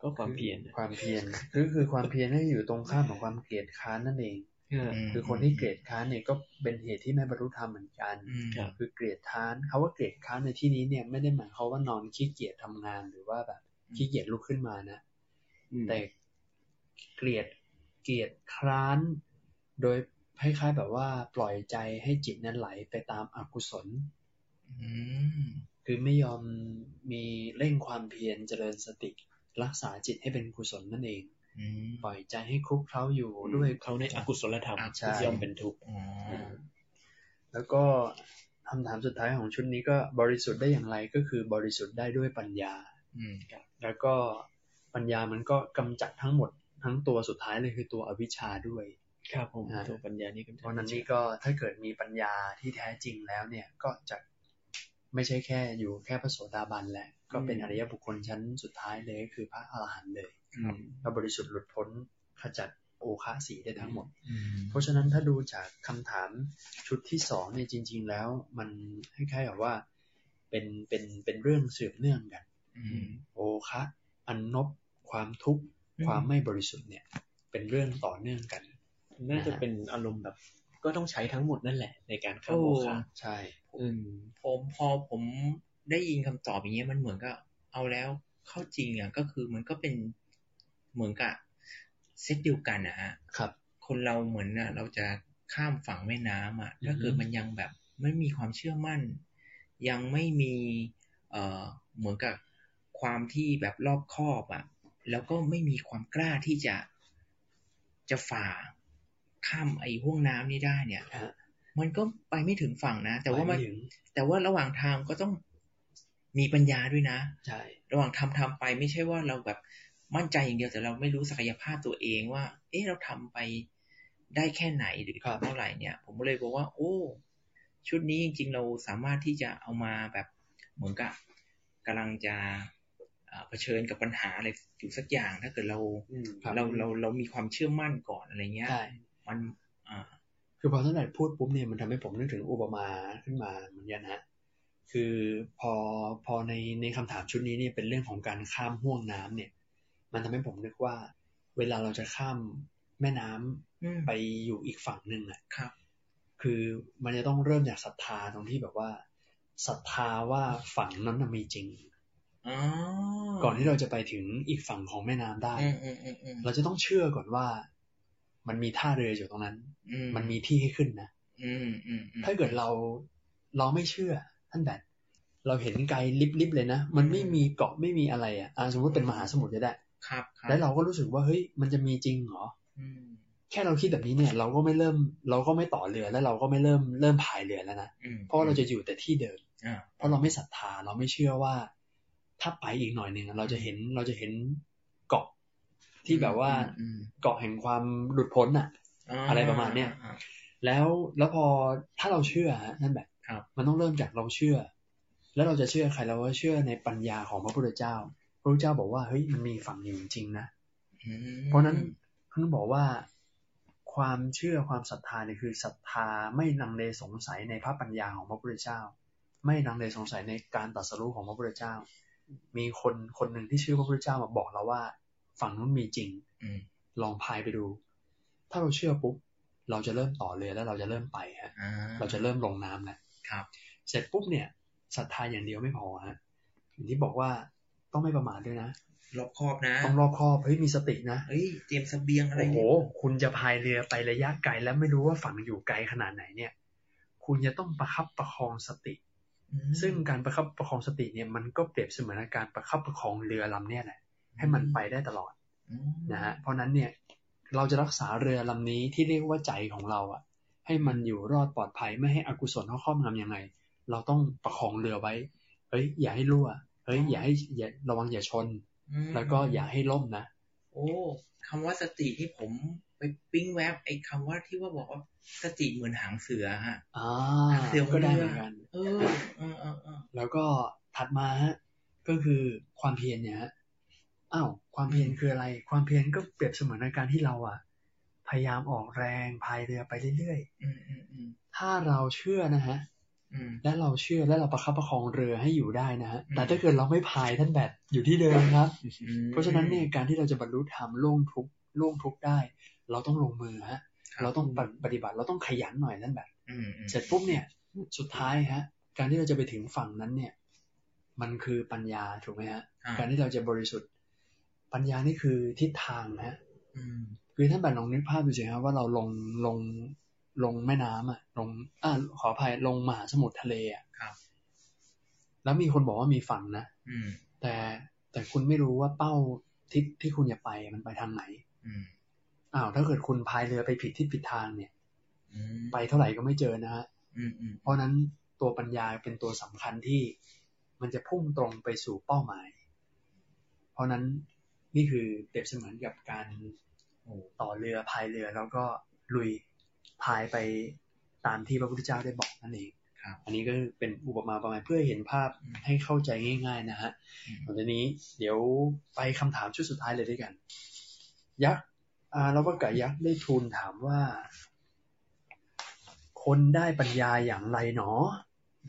D: ก็ความเพียรนะ
C: ความเพียรคือคือความเพียรนี่อยู่ตรงข้ามของความเกลียดค้านนั่นเอง
B: อืม
C: คือคนที่เกลียดค้านเนี่ยก็เป็นเหตุที่ไม่บรรลุธรรมเหมือนกัน
B: อืม
D: ครับ
C: คือเกลียดค้านคาว่าเกลียดค้านในที่นี้เนี่ยไม่ได้หมายความว่านอนขี้เกียจทำงานหรือว่าแบบขี้เกียจลุกขึ้นมานะ แต่เกลียดเกลียดคร้าน โดยคล้ายๆแบบว่าปล่อยใจให้จิตนั้นไหลไปตามอกุศล
B: อืม
C: คือไม่ยอมมีเร่งความเพียรเจริญสติ รักษาจิตให้เป็นกุศลนั่นเอง
B: อืม
C: ปล่อยใจให้คลุกเคล้าอยู่
D: ผมด้
C: ด้
D: ว
C: วย ย
D: เขาในอกุศลธรรม
B: อ่ะ
C: ใช่
D: ย่อมเป็นทุกข์
B: อ๋อ
C: แล้วก็คำถามสุดท้ายของชุดนี้ก็บริสุทธิ์ได้อย่างไรก็คือบริสุทธิ์ได้ด้วยปัญญา
B: อืม
C: แล้วก็ปัญญามันก็กำจัดทั้งหมดทั้งตัวสุดท้ายเลยคือตัวอวิชชาด้วย
D: ครับผม
C: อ่า
D: ตัวปัญญานี่ก็
C: เพราะฉะนั้นนี่ก็ถ้าเกิดมีปัญญาที่แท้จริงแล้วเนี่ยก็จะไม่ใช่แค่อยู่แค่พระโสดาบันแหละก็เป็นอริยบุคคลชั้นสุดท้ายเลยก็คือพระอรหันต์เลย
D: อืม
C: ก็บริสุทธิ์หลุดพ้นขจัดโอคะสีได้ทั้งหมด
B: อืม
C: เพราะฉะนั้นถ้าดูจากคำถามชุดที่สองเนี่ยจริง ๆ แล้วมันคล้ายๆกับว่าเป็นเป็นเป็นเรื่องสืบเนื่องกัน
B: อืม
C: โอคะอันนบความทุกข์
B: อืม
C: ความไม่บริสุทธิ์เนี่ยเป็นเรื่องต่อเนื่องกัน
D: น่าจะเป็นอารมณ์แบบ ก็ต้องใช้ทั้งหมดนั่นแหละ ในการข้ามโมฆะ
C: ใช่
D: อืม
B: ผมพอผมได้ยินคำตอบอย่างเงี้ยมันเหมือนกับเอาแล้วเข้าจริงอ่ะก็คือมันก็เป็นเหมือนกับเซตเดียวกันนะฮะ
C: ครับ
B: คนเราเหมือนอ่ะเราจะข้ามฝั่งแม่น้ำอ่ะถ้าเกิด
C: อือฮึ
B: มันยังแบบไม่มีความเชื่อมั่น ยังไม่มีเอ่อเหมือนกับความที่แบบรอบคอบอ่ะ แล้วก็ไม่มีความกล้าที่จะจะฝ่าข้ามไอ้ห้วงน้ำนี้ได้เนี่ย
C: ฮะ
B: มันก็ไปไม่ถึงฝั่งนะ แต่ว่ามัน
C: ไปไถึง
B: แต่ว่าระหว่างทางก็ต้องมีปัญญาด้วยนะ
C: ใช่
B: ระหว่างทำทำไปไม่ใช่ว่าเราแบบมั่นใจอย่างเดียวแต่เราไม่รู้ศักยภาพตัวเองว่า เอ๊ะเราทำไปได้แค่ไหนหรือ
C: ครับ
B: ทำเท่าไหร่เนี่ย ผมก็เลยบอกว่า โอ้ ชุดนี้จริงๆเราสามารถที่จะเอามาแบบเหมือนกับกำลังจะ เอ่อเผชิญกับปัญหาอะไรอยู่สักอย่าง ถ้าเกิดเรา
D: อืม
C: ครับ
B: เราเราเรามีความเชื่อมั่นก่อนอะไรเงี้ย
C: ใช่
B: มันอ่า
C: คือพอท่านไหนพูดปุ๊บเนี่ยมันทำให้ผมนึกถึงอุปมาขึ้นมาเหมือนกันฮะคือพอพอในในคำถามชุดนี้เนี่ยเป็นเรื่องของการข้ามห่วงน้ำเนี่ย มันทำให้ผมนึกว่า เวลาเราจะข้ามแม่น้ำ
B: อืม
C: ไปอยู่อีกฝั่งหนึ่งอ่ะ
B: ครับ
C: คือมันจะต้องเริ่มจากศรัทธาตรงที่แบบว่าศรัทธาว่าฝั่งนั้นน่ะมีจริง
B: อ๋อ
C: ก่อนที่เราจะไปถึงอีกฝั่งของแม่น้ำได้
B: อืมอืมอืมอืม
C: เราจะต้องเชื่อก่อนว่า มันมีท่าเรืออยู่ตรงนั้น
B: อื
C: มันมีที่ให้ขึ้นนะ
B: อืมอืมอืม
C: ถ้าเกิดเราเราไม่เชื่อท่านแบบเราเห็นไกลลิบๆเลยนะ มันไม่มีเกาะไม่มีอะไรอะอ่ะสมมติเป็นมหาสมุทรก็ได้
B: ครับครับ
C: แล้วเราก็รู้สึกว่าเฮ้ยมันจะมีจริงเหรอ
B: อืม
C: แค่เราคิดแบบนี้เนี่ย เราก็ไม่เริ่ม เราก็ไม่ต่อเรือแล้วเราก็ไม่เริ่มเริ่มพายเรือแล้วนะ
B: อืม
C: เพราะเราจะอยู่แต่ที่เดิม
B: อ่า
C: เพราะเราไม่ศรัทธาเราไม่เชื่อว่า ถ้าไปอีกหน่อยหนึ่งเราจะเห็นเราจะเห็นเกาะที่แบบว่า
B: อืม
C: เกาะแห่งความหลุดพ้นอะ
B: ม
C: อะไรประมาณเนี้ย
B: อ่า
C: แล้วแล้วพอถ้าเราเชื่อฮะนั่นแบบ
B: ครับ
C: มันต้องเริ่มจากเราเชื่อ แล้วเราจะเชื่อใครเราก็เชื่อในปัญญาของพระพุทธเจ้า พระพุทธเจ้าบอกว่าเฮ้ยมันมีฝั่งอยู่จริงนะ
B: อืม
C: เพราะฉะนั้นท่านบอกว่าความเชื่อความศรัทธาเนี่ยคือศรัทธาไม่ลังเลสงสัยในพระปัญญาของพระพุทธเจ้า ไม่ลังเลสงสัยในการตรัสรู้ของพระพุทธเจ้า มีคนคนหนึ่งที่ชื่อพระพุทธเจ้ามาบอกเราว่า ฝั่งนู้นมีจริง
B: อืม
C: ลองพายไปดู ถ้าเราเชื่อปุ๊บเราจะเริ่มต่อเรือแล้วเราจะเริ่มไปฮะ
B: อ่า
C: เราจะเริ่มลงน้ำแล้ว
B: ครับ
C: เสร็จปุ๊บเนี่ยศรัทธาอย่างเดียวไม่พอฮะอย่างที่บอกว่าต้องไม่ประมาทด้วยนะ
B: รอบครอบนะ
C: ต้องรอบคอบเฮ้ยมีสตินะ
B: เฮ้ยเตรียมเสบียงอะไร
C: โอ้โห
B: เนี่ย
C: คุณจะพายเรือไประยะไกลแล้วไม่รู้ว่าฝั่งอยู่ไกลขนาดไหนเนี่ย คุณจะต้องประคับประคองสติ
B: อืม
C: ซึ่งการประคับประคองสติเนี่ยมันก็เปรียบเสมือนการประคับประคองเรือลำเนี่ยแหละให้มันไปได้ตลอด
B: อืม
C: นะฮะเพราะนั้นเนี่ยเราจะรักษาเรือลำนี้ที่เรียกว่าใจของเราอะให้มันอยู่รอดปลอดภัยไม่ให้อกุศลเข้าครอบงำยังไง เราต้องประคองเรือไว้ เฮ้ย อย่าให้รั่ว เฮ้ย อย่าให้อย่าระวังอย่าชน
B: อืม
C: แล้วก็อย่าให้ล่มนะ
B: โอ้คำว่าสติที่ผมไปปิ้งแวบไอ้คำว่าที่ว่าบอกว่าสติเหมือนหางเสือฮะ
C: อ่า
B: เดี๋ยว
C: ก็ได้เหมือนกัน
B: เออเออเออเออ
C: แล้วก็ถัดมาฮะ ก็คือความเพียรเนี่ยฮะ อ้าว ความเพียรคืออะไร ความเพียรก็เปรียบเสมือนในการที่เราอะพยายามออกแรงพายเรือไปเรื่อย
B: อืมอืมอืม
C: ๆ ถ้าเราเชื่อนะฮะ
B: อืม
C: และเราเชื่อและเราประคับประคองเรือให้อยู่ได้นะฮะ
B: อืม
C: แต่ถ้าเกิดเราไม่พายท่านแบบอยู่ที่เดิมครับ
B: อืม
C: เพราะฉะนั้นเนี่ยการที่เราจะบรรลุธรรมล่วงทุกข์ล่วงทุกข์ได้ เราต้องลงมือฮะ
B: ครับ
C: เราต้องปฏิปฏิบัติเราต้องขยันหน่อยนั่นแบบ
B: อืมอืม
C: เสร็จปุ๊บเนี่ย สุดท้ายฮะ การที่เราจะไปถึงฝั่งนั้นเนี่ย มันคือปัญญาถูกไหมฮะ
B: อ่า
C: การที่เราจะบริสุทธิ์ ปัญญานี่คือทิศทางฮะ
B: อืม
C: คือท่านแบบลองนึกภาพดูสิครับว่าเราลงลงลงแม่น้ำอ่ะ ลงอ่าขออภัยลงมหาสมุทรทะเลอ่ะ
B: ครับ
C: แล้วมีคนบอกว่ามีฝั่งนะ
B: อืม
C: แต่แต่คุณไม่รู้ว่าเป้าทิศที่คุณจะไปมันไปทางไหน
B: อืม
C: อ้าวถ้าเกิดคุณพายเรือไปผิดทิศผิดทางเนี่ย
B: อืม
C: ไปเท่าไหร่ก็ไม่เจอนะฮะ
B: อืมอืม
C: เพราะฉะนั้นตัวปัญญาเป็นตัวสำคัญที่มันจะพุ่งตรงไปสู่เป้าหมาย เพราะฉะนั้นนี่คือเปรียบเสมือนกับการ
B: โอ้
C: ต่อเรือพายเรือแล้วก็ลุยพายไปตามที่พระพุทธเจ้าได้บอกนั่นเอง
B: ครับ
C: อันนี้ก็เป็นอุปมาประมาณเพื่อเห็นภาพ
B: อืม
C: ให้เข้าใจง่าย ๆ นะฮะ
B: อืม
C: หลังจากนี้เดี๋ยวไปคำถามชุดสุดท้ายเลยด้วยกัน ยักษ์อาแล้วก็กะยักษ์ได้ทูลถามว่า คนได้ปัญญาอย่างไรหนอ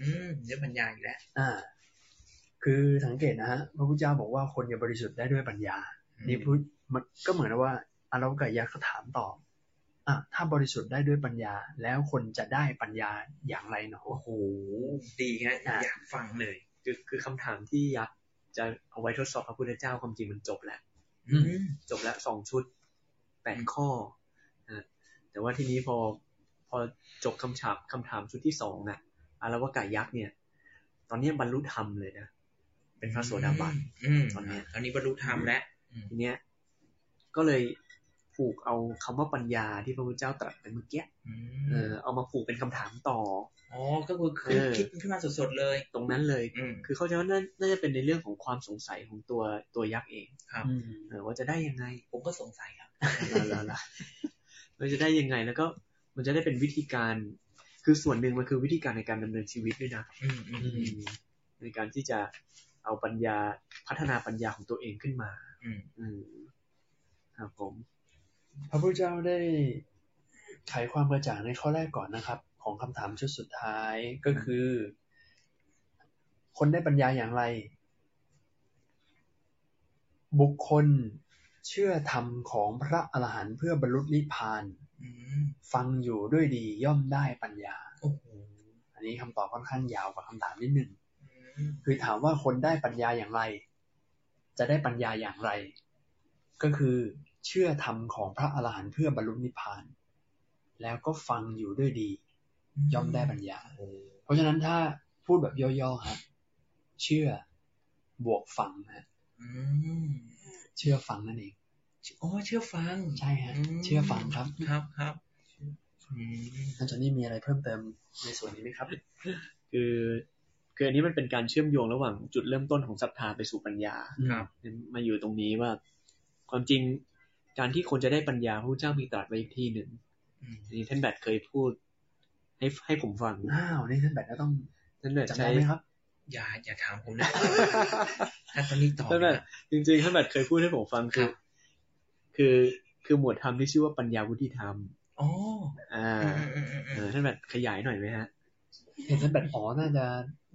B: อืมเดี๋ยวบรรยายอีกแล้ว
C: อ่า คือสังเกตนะฮะพระพุทธเจ้าบอกว่าคนจะบริสุทธิ์ได้ด้วยปัญญา นี่พูดมันก็เหมือนว่าอาแล้วกะยักษ์ก็ถามต่ออ่ะถ้าบริสุทธิ์ได้ด้วยปัญญา แล้วคนจะได้ปัญญาอย่างไรหนอ
B: โอ้โห ดีฮะ
C: อ่ะ
B: อยากฟังเลย
D: คือคือคำถามที่ยักษ์จะเอาไว้ทดสอบพระพุทธเจ้าความจริงมันจบแล้ว
C: อืม
D: จบแล้วสองชุดแปดข้อนะแต่ว่าทีนี้พอพอจบคำฉาบคำถามชุดที่สองน่ะอารวากายักษ์เนี่ย ตอนนี้บรรลุธรรมเลยนะ เป็นพระโสดาบัน
B: อืม
D: ตอนเนี้ย
B: ตอนนี้บรรลุธรรมแล้ว
D: ทีเนี้ยก็เลยผูกเอาคำว่าปัญญาที่พระพุทธเจ้าตรัสไปเมื่อกี้เออเอามาผูกเป็นคำถามต่อ
B: อ๋อ ก็คือคือ
D: เออ
B: คิดขึ้นมาสดๆเลย
D: ตรงนั้นเลย
B: อืม
D: คือเข้าใจว่าน่าน่าจะเป็นในเรื่องของความสงสัยของตัวตัวยักษ์เอง
B: ครับ
C: อืม
D: เออว่าจะได้ยังไง
B: ผมก็สงสัยครับ
D: แล้วล่ะเราจะได้ยังไงแล้วก็มันจะได้เป็นวิธีการ คือส่วนหนึ่งมันคือวิธีการในการดำเนินชีวิตด้วยนะ
B: อืมอืม
D: ในการที่จะเอ เอาปัญญาพัฒนาปัญญาของตัวเองขึ้นมา
B: อืม
D: อืมครับผม
C: พระพุทธเจ้าได้ไขความกระจ่างในข้อแรกก่อนนะครับ ของคำถามชุดสุดท้ายก็คือ คนได้ปัญญาอย่างไร บุคคลเชื่อธรรมของพระอรหันต์เพื่อบรรลุนิพพาน
B: อืม
C: ฟังอยู่ด้วยดีย่อมได้ปัญญา
B: โอ้โห
C: อันนี้คำตอบค่อนข้างยาวกว่าคำถามนิดหนึ่ง
B: อืม
C: คือถามว่าคนได้ปัญญาอย่างไร จะได้ปัญญาอย่างไร ก็คือเชื่อธรรมของพระอรหันต์เพื่อบรรลุนิพพาน แล้วก็ฟังอยู่ด้วยดี ย่อมได้ปัญญา
B: โอ้
C: เพราะฉะนั้นถ้าพูดแบบย่อๆครับเชื่อบวกฟังฮะ
B: อืม
C: เชื่อฟังนั่นเอง
B: อ๋อเชื่อฟัง
C: ใช่ฮะ
B: ม
C: เชื่อฟังครับ
B: ครับครับอืม
C: ท่านจอนนี่มีอะไรเพิ่มเติมในส่วนนี้ไหมครับ
D: คือคืออันนี้มันเป็นการเชื่อมโยงระหว่างจุดเริ่มต้นของศรัทธาไปสู่ปัญญา
B: ครับ
D: มาอยู่ตรงนี้ว่าความจริงการที่คนจะได้ปัญญาพระพุทธเจ้ามีตรัสไว้อีกที่หนึ่ง
B: อืม
D: อันนี้ท่านแบทเคยพูด ให้ให้ผมฟัง
C: อ้าวนี่ท่านแบทก็ต้อง
D: ท่านแบท
C: จำ
D: ใช้
C: ได้ไหมครับ
B: อย่าอย่าถามผมนะ ถ้าตอนนี้ตอบ
D: ท่านแบท
B: นะ
D: จริงๆท่านแบทเคยพูดให้ผมฟังคือ
B: ครับ
D: คือคือหมวดธรรมที่ชื่อว่าปัญญาวุฒิธรรม
B: อ๋อ
D: อ่า
B: อืมอืมอืม
D: เอ
B: อื
D: อ
B: ม
D: ท่านแบทขยายหน่อยไหมฮะ
C: เห็นท่านแบทอ๋อน่าจะ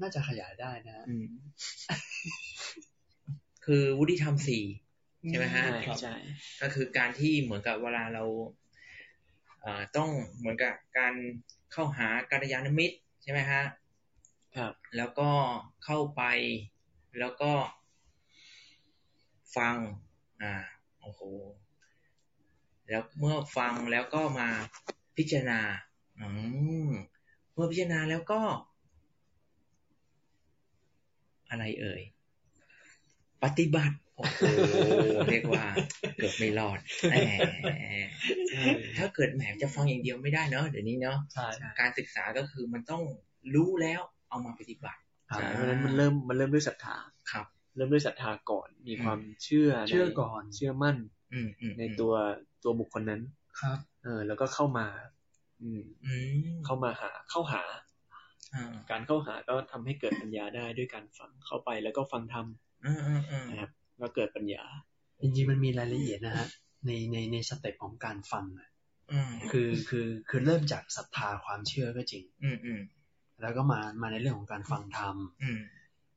C: น่าจะขยายได้นะฮะ
B: คือวุฒิธรรมสี่ใช่ไหมฮะ
D: ใช่
B: ก็คือการที่เหมือนกับเวลาเราเอ่อต้องเหมือนกับการเข้าหากัลยาณมิตรใช่ไหมฮะ
D: ครับ
B: แล้วก็เข้าไปแล้วก็ฟัง อ่า โอ้โห แล้วเมื่อฟังแล้วก็มาพิจารณา อืม เมื่อพิจารณาแล้วก็ อะไรเอ่ย ปฏิบัติ โอ้โห เรียกว่า เกือบไม่รอดแหมถ้าเกิดแหมจะฟังอย่างเดียวไม่ได้เนาะเดี๋ยวนี้เนาะ
C: ใช่
B: การศึกษาก็คือมันต้องรู้แล้วเอามาปฏิบัติ
C: ครับ
D: ใช่เพราะฉะนั้นมันเริ่มมันเริ่มด้วยศรัทธา
B: ครับ
D: เริ่มด้วยศรัทธาก่อน มีความเชื่อ
C: เชื่อ
D: ใ
C: ก่อน
D: เชื่อมั่น
B: อืมอืม
D: ในตัวตัวบุคคลนั้น
C: ครับ
D: เออ แล้วก็เข้ามา อืม
B: อืม
D: เข้ามาหา เข้าหา
B: อ่า
D: การเข้าหาก็ทำให้เกิดปัญญาได้ด้วยการฟังเข้าไปแล้วก็ฟังธรรม
B: อืมอืมอืม
D: นะครับแล้วเกิดปัญญา
C: จริงๆมันมีรายละเอียดนะฮะในในในสเต็ปของการฟังอะ
B: อืม
C: คือคือคือเริ่มจากศรัทธาความเชื่อก็จริง
B: อืมอืม
C: แล้วก็มามาในเรื่องของการฟังธรรม
B: อืม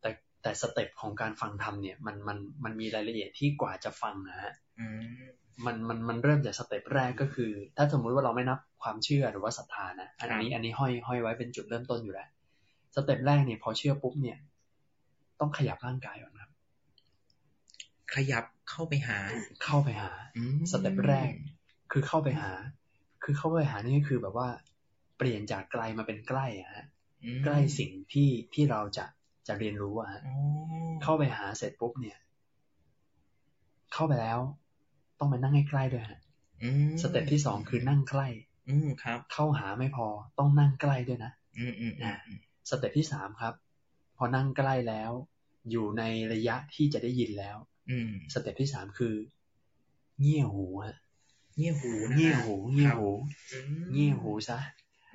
C: แต่แต่สเต็ปของการฟังธรรมเนี่ยมันมันมันมีรายละเอียดที่กว่าจะฟังนะฮะ
B: อืม
C: มันมันมันเริ่มจากสเต็ปแรกก็คือ ถ้าสมมุติว่าเราไม่นับความเชื่อหรือว่าศรัทธานะอันนี้อันนี้ห้อยห้อยไว้เป็นจุดเริ่มต้นอยู่แล้วสเต็ปแรกเนี่ยพอเชื่อปุ๊บเนี่ย ต้องขยับร่างกายก่อนครับ
B: ขยับเข้าไปหา
C: เข้าไปหา
B: อืม
C: สเต็ปแรก คือเข้าไปหา คือเข้าไปหานี่ก็คือแบบว่าเปลี่ยนจากไกลมาเป็นใกล้อะฮะ
B: อืม
C: ใกล้สิ่งที่ที่เราจะจะเรียนรู้อะฮะ
B: อ๋อ
C: เข้าไปหาเสร็จปุ๊บเนี่ย เข้าไปแล้ว ต้องไปนั่งให้ใกล้ด้วยฮะ
B: อืม
C: สเต็ปที่สองคือนั่งใกล้
B: อืมครับ
C: เข้าหาไม่พอ ต้องนั่งใกล้ด้วยนะ
B: อืมอืมอืมอืม
C: สเต็ปที่สามครับ พอนั่งใกล้แล้ว อยู่ในระยะที่จะได้ยินแล้ว
B: อืม
C: สเต็ปที่สามคือ เงี่ยหูฮะ
B: เงี่ยหูนะ
C: เงี่ยหู เงี่ยหู
B: อืม
C: เงี่ยหูซะ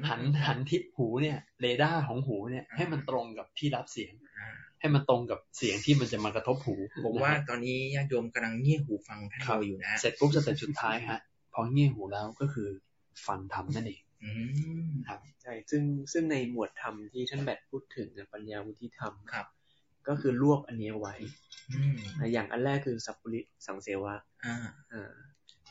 C: หันหันทิศหูเนี่ย เรดาร์ของหูเนี่ย ให้มันตรงกับที่รับเสียง
B: อ่า
C: ให้มันตรงกับเสียงที่มันจะมากระทบหู
B: ผมว่าตอนนี้ญาติโยมกำลังเงี่ยหูฟังท่านเราอยู่นะ
C: นะเสร็จปุ๊บสเต็ปสุดท้ายฮะ พอเงี่ยหูแล้วก็คือฟังธรรมนั่นเอง
B: อืม
D: ใช่ ซึ่งซึ่งในหมวดธรรมที่ท่านแบทพูดถึงเนี่ยปัญญาวุฒิธรรม
B: ครับ
D: ก็คือรวบอันนี้ไว้
B: อืม
D: อ่ะอย่างอันแรกคือสัพพุริสังเสวะ
B: อ่า
D: อ่า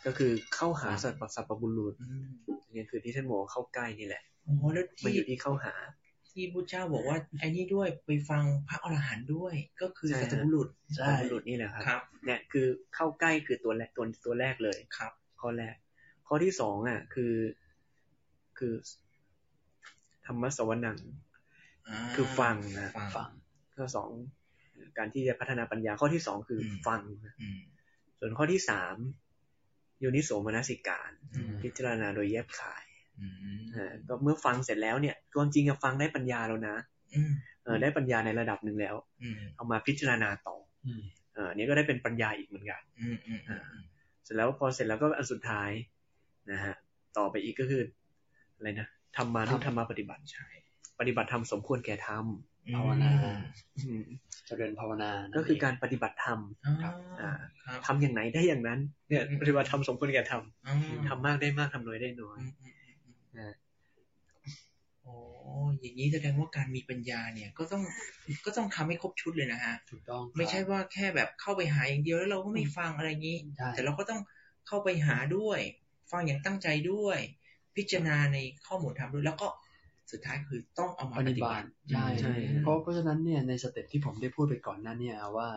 D: ก็คือเข้าหาสัพพสัพพบุรุษ
B: อืม
D: อันนี้คือที่ท่านบอกว่าเข้าใกล้นี่แหละ
B: โอ้แล้ว
D: มันอ
B: ที่
D: ยู่ที่เข้าหา
B: ที่พุทธเจ้าบอกว่าไอ้นี่ด้วยไปฟังพระอรหันต์ด้วย ก็คือ
D: ใช่
B: สั
D: ฮะ
B: ตบุรุษ
C: ใช่
D: บุรุษนี่แหละครับ
B: ครับ
D: เนี่ยคือเข้าใกล้คือตัวแรกตัวตัวแรกเลย
B: ครับ
D: ข้อแรก ข้อที่สองอ่ะ คือ คือ ธรรมสวนัง
B: อ่า
D: คือฟังนะ
B: ฟัง
C: ฟัง
D: ข้อสองการที่จะพัฒนาปัญญาข้อที่สองคืออ
B: ม
D: ฟัง
B: อืม
D: ส่วนข้อที่สามโยนิโสมนสิการ
B: อืม
D: พิจารณาโดยแยบขาย
B: อืม
D: อ่าก็เมื่อฟังเสร็จแล้วเนี่ยความจริงอะฟังได้ปัญญาแล้วนะ
B: อืม
D: เออได้ปัญญาในระดับหนึ่งแล้ว
B: อืม
D: เอามาพิจารณาต่อ
C: อืม
D: เอออันนี้ก็ได้เป็นปัญญาอีกเหมือนกัน
B: อืมอืมอืม
D: เสร็จแล้วพอเสร็จแล้วก็อันสุดท้ายนะฮะต่อไปอีกก็คืออะไรนะธรรมานุธรรมปฏิบัติ
B: ใช่
D: ปฏิบัติธรรมสมควรแก่ธรรม
C: ภาวนา
B: อืม
D: อืม
C: เจริญภาวนานั่นเง
D: ก็คือการปฏิบัติธรรม
B: อ๋อ
C: ครับ
B: อ่าครับ
D: ทำอย่างไหนได้อย่างนั้น เนี่ย
B: อืม
D: ปฏิบัติธรรมสมควรแก่ท
B: อืม
D: ำทำมากได้มากทำน้อยได้น้อย
B: อืมอืมอืมอืม
D: นะ
B: โอ้อย่างนี้แสดงว่าการมีปัญญาเนี่ยก็ต้องก็ต้องทำให้ครบชุดเลยนะฮะ
C: ถูกต้องครับ
B: ไม่ใช่ว่าแค่แบบเข้าไปหาอย่างเดียวแล้วเราก็ไม่ฟังอะไรงี้
C: ใช่
B: แต่เราก็ต้องเข้าไปหาด้วย ฟังอย่างตั้งใจด้วย พิจารณาในข้อมูลทำด้วยแล้วก็สุดท้ายคือต้องเอามา
C: ป
B: ป
C: ฏิ
B: ฏิ
C: บั
B: บั
C: ติ
B: ติ
C: ใช่
D: ใช่
C: เพราะเพราะฉะนั้นเนี่ยในสเต็ปที่ผมได้พูดไปก่อนหนั้นเนี่ยว่า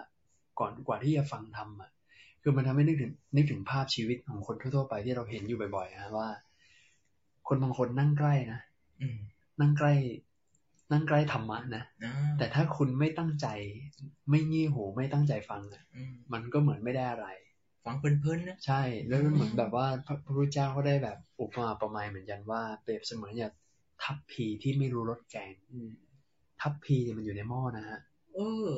C: ก่อนกว่าที่จะฟังธรรมอ่ะคือมันทำให้นึกถึงนึกถึงภาพชีวิตของคนทั่วๆไปที่เราเห็นอยู่บ่อยๆฮะว่า คนบางคนนั่งใกล้นะ
B: อืม
C: นั่งใกล้ นั่งใกล้ธรรมะนะ
B: นะ
C: แต่ถ้าคุณไม่ตั้งใจ ไม่งี่หูไม่ตั้งใจฟังอ่ะ
B: อืม
C: มันก็เหมือนไม่ได้อะไร
B: ฟังเพลินๆนะ
C: ใช่แล้วมันเหมือนแบบว่าพระพระพุทธเจ้าก็ได้แบบอุปมาประไมยเหมือนกันว่าเปรียบเสมือนอย่างทัพพีที่ไม่รู้รสแกง
D: อืม
C: ทัพพีเนี่ยมันอยู่ในหม้อนะฮะ
B: เออ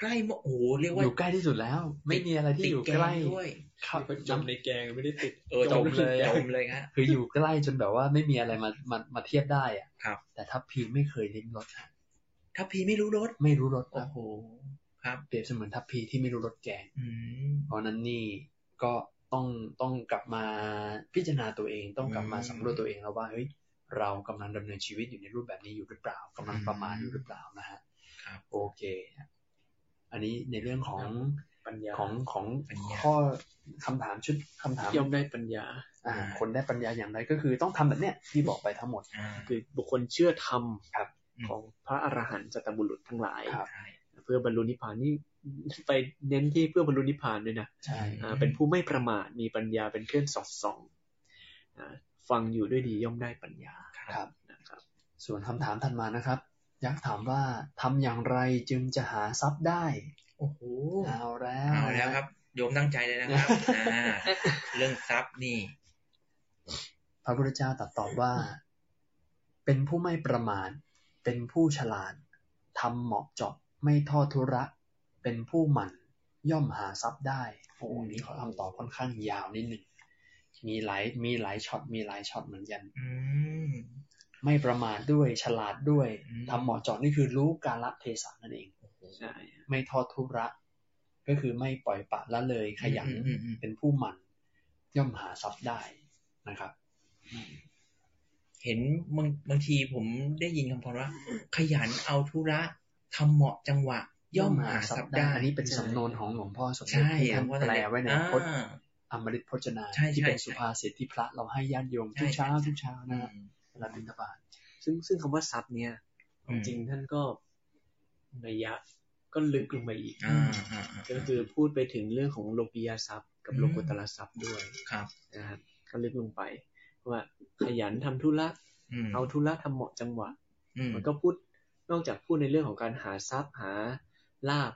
B: ใกล้มากโอ้โหเรียกว่า
C: อยู่ใกล้ที่สุดแล้ว ไม่มีอะไรที่อยู่
B: ติด
C: ใกล้
B: แงด้วย
C: ครับ
D: ก็จมในแกงไม่ได้ติด
B: เออจมเลยจมเลยฮะ
C: คืออยู่ใกล้จนแบบว่าไม่มีอะไรมามามาเทียบได้อะ
B: ครับ
C: แต่ทัพพีไม่เคยลิ้มรสฮะ
B: ถ้าพีไม่รู้รส
C: ไม่รู้รสค
B: โอ้
C: รับ
B: โหครับ
C: เปรียบเสมือนทัพพีที่ไม่รู้รสแกง
B: อืม
C: เพราะฉะนั้นนี่ก็ต้องต้องกลับมาพิจารณาตัวเอง ต้องกลับมา
B: อืม
C: สำรวจตัวเองแล้วว่าเฮ้ยเรากำลังดำเนินชีวิตอยู่ในรูปแบบนี้อยู่หรือเปล่ากำลังประมาทอยู่หรือเปล่านะฮะ
B: ครับ
C: โอเค อันนี้ในเรื่องของ
D: ปัญญา
C: ของของ
B: ปัญญา
C: ข้อคำถามชุดคำถาม
D: ย่อมได้ปัญญา
C: อ่าคนได้ปัญญาอย่างไรก็คือต้องทำแบบเนี้ยที่บอกไปทั้งหมด
B: อ่า
D: คือบุคคลเชื่อธรรม
C: ครับ
D: ของพระอรหันต์สัตบุรุษทั้งหลาย
C: ครับ
B: ใช่
D: เพื่อบรรลุนิพพานนี่ไปเน้นที่เพื่อบรรลุนิพพานด้วยนะ
C: ใช่
D: อ่าเป็นผู้ไม่ประมาทมีปัญญาเป็นเครื่องสอดส่องอ่าฟังอยู่ด้วยดีย่อมได้ปัญญา
C: ครับ
D: นะครับ
C: ส่วนคำถามถัดมานะครับอยักษ์ถามว่าทำอย่างไรจึงจะหาทรัพย์ได้
B: โอ้โห
C: เอาแล้ว
B: เอาแล้วครับ โยมตั้งใจเลยนะครับ อ่า เรื่องทรัพย์นี่
C: พระพุทธเจ้าตรัสตอบว่า เป็นผู้ไม่ประมาทเป็นผู้ฉลาดทำเหมาะเจาะไม่ทอดทุระ เป็นผู้หมั่นย่อมหาทรัพย์ได้โอ้โหนี่เขาคำตอบค่อนข้างยาวนิดหนึ่งมีหลายมีหลายช็อตมีหลายช็อตเหมือนกัน
B: อืม
C: ไม่ประมาทด้วยฉลาดด้วย
B: อืม
C: ทำเหมาะเจาะนี่คือรู้การละเทศะนั่นเอง
D: ใช่
C: ไม่ทอดทุระ ก็คือไม่ปล่อยปละละเลยขยัน
B: อืมอืมอืม
C: เป็นผู้หมั่นย่อมหาทรัพย์ได้นะครับ
B: เห็นบางบางทีผมได้ยินคำพอนว่า ขยันเอาธุระทำเหมาะจังหวะ ย่อมหาทรัพย์ได้
C: อันนี้เป็นสำนวนของหลวงพ่อสมเด็จ
B: ใช่
C: ที่ท่าน
B: เพราะ
C: แปลไว้ใน
B: อ่า
C: พจน์อมฤตพจนา
B: ใช่
C: ที่
B: ใช่
C: เป็น
B: ใช่
C: สุภาษิตที่พระเราให้ญาติโยมทุก
B: ใช่
C: เช้า
B: ใช่
C: ทุกเช้า
B: อื
C: นะ
B: ม
C: เวลาบิณฑบาต
D: ซึ่งซึ่งคำว่าทรัพย์เนี่ย
B: อืม
D: จริงๆท่านก็นัยยะก็ลึกลงไปอีก
B: อ่าอ่าอ่า
D: ก็คือพูดไปถึงเรื่องของโลกียทรัพย์กับ
B: อืม
D: โลกุตละทรัพย์ด้วย
B: ครับ
D: นะครับก็ลึกลงไปว่าขยันทำธุระ
B: อืม
D: เอาธุระทำเหมาะจังหวะ
B: อืม
D: มันก็พูดนอกจากพูดในเรื่องของการหาทรัพย์หาลาบ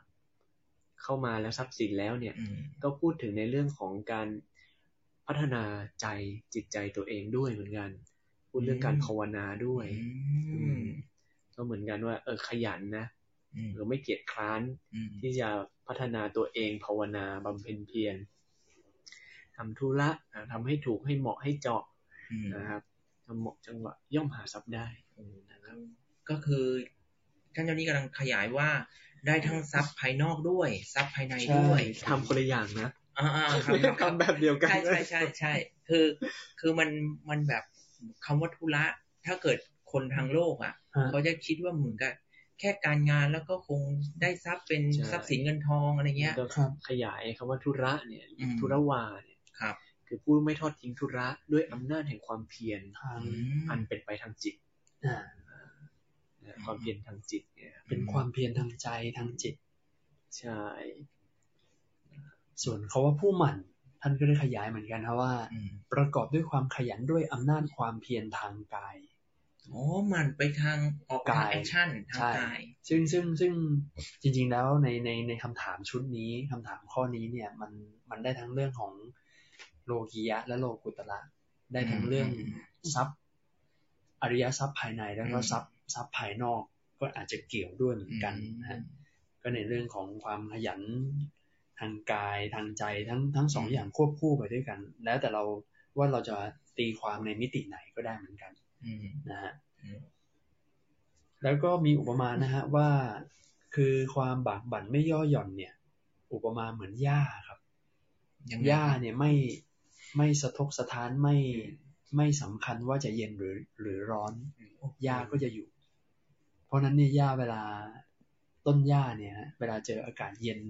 D: เข้ามาแล้วทรัพย์สินแล้วเนี่ย
B: อืม
D: ก็พูดถึงในเรื่องของการพัฒนาใจจิตใจตัวเองด้วยเหมือนกัน พูดเรื่องการภาวนาด้วย
B: อืม
D: ก็เหมือนกันว่า เออขยันนะ
B: อืม
D: เออไม่เกียจคร้าน
B: อืม
D: ที่จะพัฒนาตัวเองภาวนาบำเพ็ญเพียรทำธุระอ่าทำให้ถูกให้เหมาะให้เจาะ
B: อืม
D: นะครับทำเหมาะจังหวะย่อมหาทรัพย์ได้นะครับ
B: ก็คือท่านเจ้านี้กำลังขยายว่า ได้ทั้งทรัพย์ภายนอกด้วย ทรัพย์ภายในด้วย
D: ทำคนละอย่างนะ
B: อ่าๆครับครับครับ
D: ทำแบบเดียวกัน
B: ใช่ใช่ใช่ใช่คือคือมันมันแบบคำว่าธุระ ถ้าเกิดคนทางโลกอ่ะ
C: ฮะ
B: เขาจะคิดว่าเหมือนกับแค่การงานแล้วก็คงได้ทรัพย์เป็นทรัพย์สินเงินทองอะไรเงี้ย
D: ก็
C: ครับ
D: ขยายคำว่าธุระเนี่ย
B: อืม
D: ธุระวาเนี่ย
B: ครับ
D: คือผู้ไม่ทอดทิ้งธุระด้วยอำนาจแห่งความเพียร
C: ทาง
D: อันเป็นไปทางจิต
C: อ่า
D: นะความเพียรทางจิตเนี่ย
C: เป็นความเพียรทางใจทางจิต
D: ใช่
C: ส่วนเขาว่าผู้หมั่น ท่านก็ได้ขยายเหมือนกันครับว่า
B: อืม
C: ประกอบด้วยความขยันด้วยอำนาจความเพียรทางกาย
B: อ๋อมันไปทางออกทาง
C: กาย
B: แอคชั่นทางกาย
C: ซึ่งซึ่งซึ่งจริงๆแล้วในในในคำถามชุดนี้คำถามข้อนี้เนี่ยมันมันได้ทั้งเรื่องของโลกียะและโลกุตระได้ทั้งเรื่องทรัพย์ อริยทรัพย์ภายในแล้วก็
B: อืม
C: ทรัพย์ทรัพย์ภายนอกก็อาจจะเกี่ยวด้วยเหมือนกันนะฮะก็ในเรื่องของความขยันทางกายทางใจทั้งทั้งสองอย่างควบคู่ไปด้วยกัน แล้วแต่เราว่าเราจะตีความในมิติไหนก็ได้เหมือนกัน
B: อืม
C: นะฮะ แล้วก็มีอุปมานะฮะว่าคือความบากบั่นไม่ย่อหย่อนเนี่ย อุปมาเหมือนหญ้าครับ
B: ยัง
C: หญ้าเนี่ยไม่ไม่สะทกสะท้านไม่ไม่สำคัญว่าจะเย็นหรือหรือร้อนหญ้าก็จะอยู่ เพราะฉะนั้นเนี่ยหญ้าเวลาต้นหญ้าเนี่ยฮะเวลาเจออากาศเย็น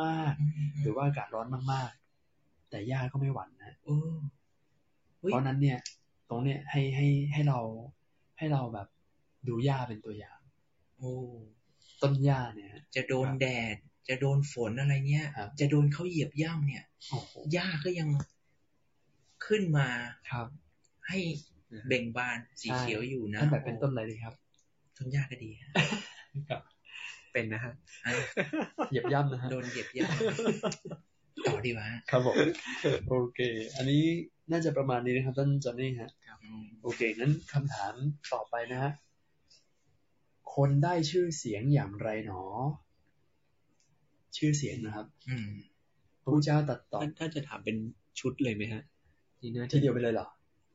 C: มากๆ หรือว่าอากาศร้อนมากๆ แต่หญ้าก็ไม่หวั่นนะ
B: โอ้ฮ้ย
C: เพราะฉะนั้นเนี่ยตรงเนี่ยให้ให้ให้เราให้เราแบบดูหญ้าเป็นตัวอย่าง
B: โอ้
C: ต้นหญ้าเนี่ยฮะ
B: จะโดน
C: ครับ
B: แดด จะโดนฝนอะไรเงี้ย
C: ครับ
B: จะโดนเขาเหยียบย่ำเนี่ย
C: โอ้โห
B: หญ้าก็ยังขึ้นมา
C: ครับ
B: ให้เบ่งบานสีเขียวอยู่นะ
C: ท่านแบบเป็นต้นอะไรดีครับ
B: ต้นหญ้าก็ดีฮะ
A: เป็นนะฮะ
B: อ่ะ
C: เหยียบย่ำนะฮะ
B: โดนเหยียบ
C: [laughs]
B: ย่ำต่อดีวะ
C: ครับผมโอเค อันนี้น่าจะประมาณนี้นะครับ ท่านจอห์นนี่ฮะ
B: อืม
C: โอเคงั้นคำถามต่อไปนะฮะ คนได้ชื่อเสียงอย่างไรหนอ ชื่อเสียงนะครับ
B: อืม
C: พระพุทธเจ้าตรัดตอบ
D: ท่านท่านจะถามเป็นชุดเลยไหมฮะ
A: ทีน่าจะ
C: ทีเดียวไปเลยเหรอ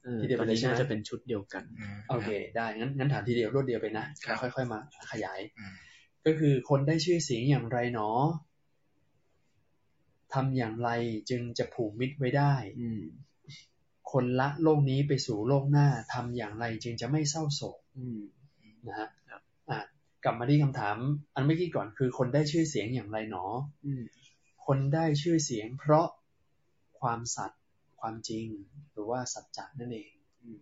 D: ออ
C: ทีเดียว
D: ต
C: ไป
D: อน
C: เลย
D: นี้
C: ใช่ไหม
D: น่าจะเป็นชุดเดียวกัน
C: โอเค ได้ งั้นงั้นถามทีเดียวรวดเดียวไปนะครับ แล้วค่อย ๆ มาขยาย
B: อืม
C: ก็คือคนได้ชื่อเสียงอย่างไรหนอทำอย่างไรจึงจะผูกมิตรไว้ได้
D: อืม
C: คนละโลกนี้ไปสู่โลกหน้าทำอย่างไรจึงจะไม่เศร้าโศก
D: อืม
C: นะฮะ
D: ครับ
C: อ่ะกลับมาที่คำถาม อันเมื่อกี้ก่อนคือคนได้ชื่อเสียงอย่างไรหนอ
D: อืม
C: คนได้ชื่อเสียง เพราะความสัตย์ความจริง หรือว่าสัจจะนั่นเอง
B: อืม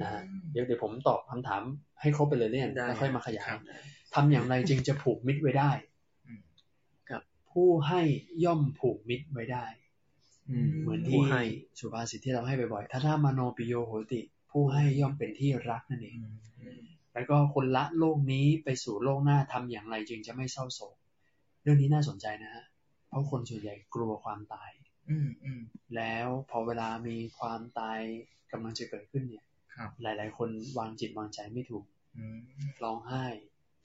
C: นะฮะ เดี๋ยวเดี๋ยวผมตอบคำถามให้ครบไปเลยเนี่ย
D: ได้
C: แล้วค่อยมาขยา
B: ค
C: ย
B: รับ
C: ทำอย่างไรจึงจะผูกมิตรไว้ได้
B: อืม
D: ครับ
C: ผู้ให้ย่อมผูกมิตรไว้ได้
D: อืม
C: เหมือน
D: ผู้
C: ที่
D: ให้
C: สุภาษิตที่เราให้บ่อยๆถ้าถ้ามาโนปิโยโหติ ผู้ให้ย่อมเป็นที่รักนั่นเอง
B: อืมอืม
C: แล้วก็คนละโลกนี้ไปสู่โลกหน้าทำอย่างไรจึงจะไม่เศร้าโศก เรื่องนี้น่าสนใจนะฮะ เพราะคนส่วนใหญ่กลัวความตาย
B: อืมอืม
C: แล้วพอเวลามีความตายกำลังจะเกิดขึ้นเนี่ย
B: ครับ
C: หลาย ๆ คนวางจิตวางใจไม่ถูก
B: อืม
C: ร้องไห้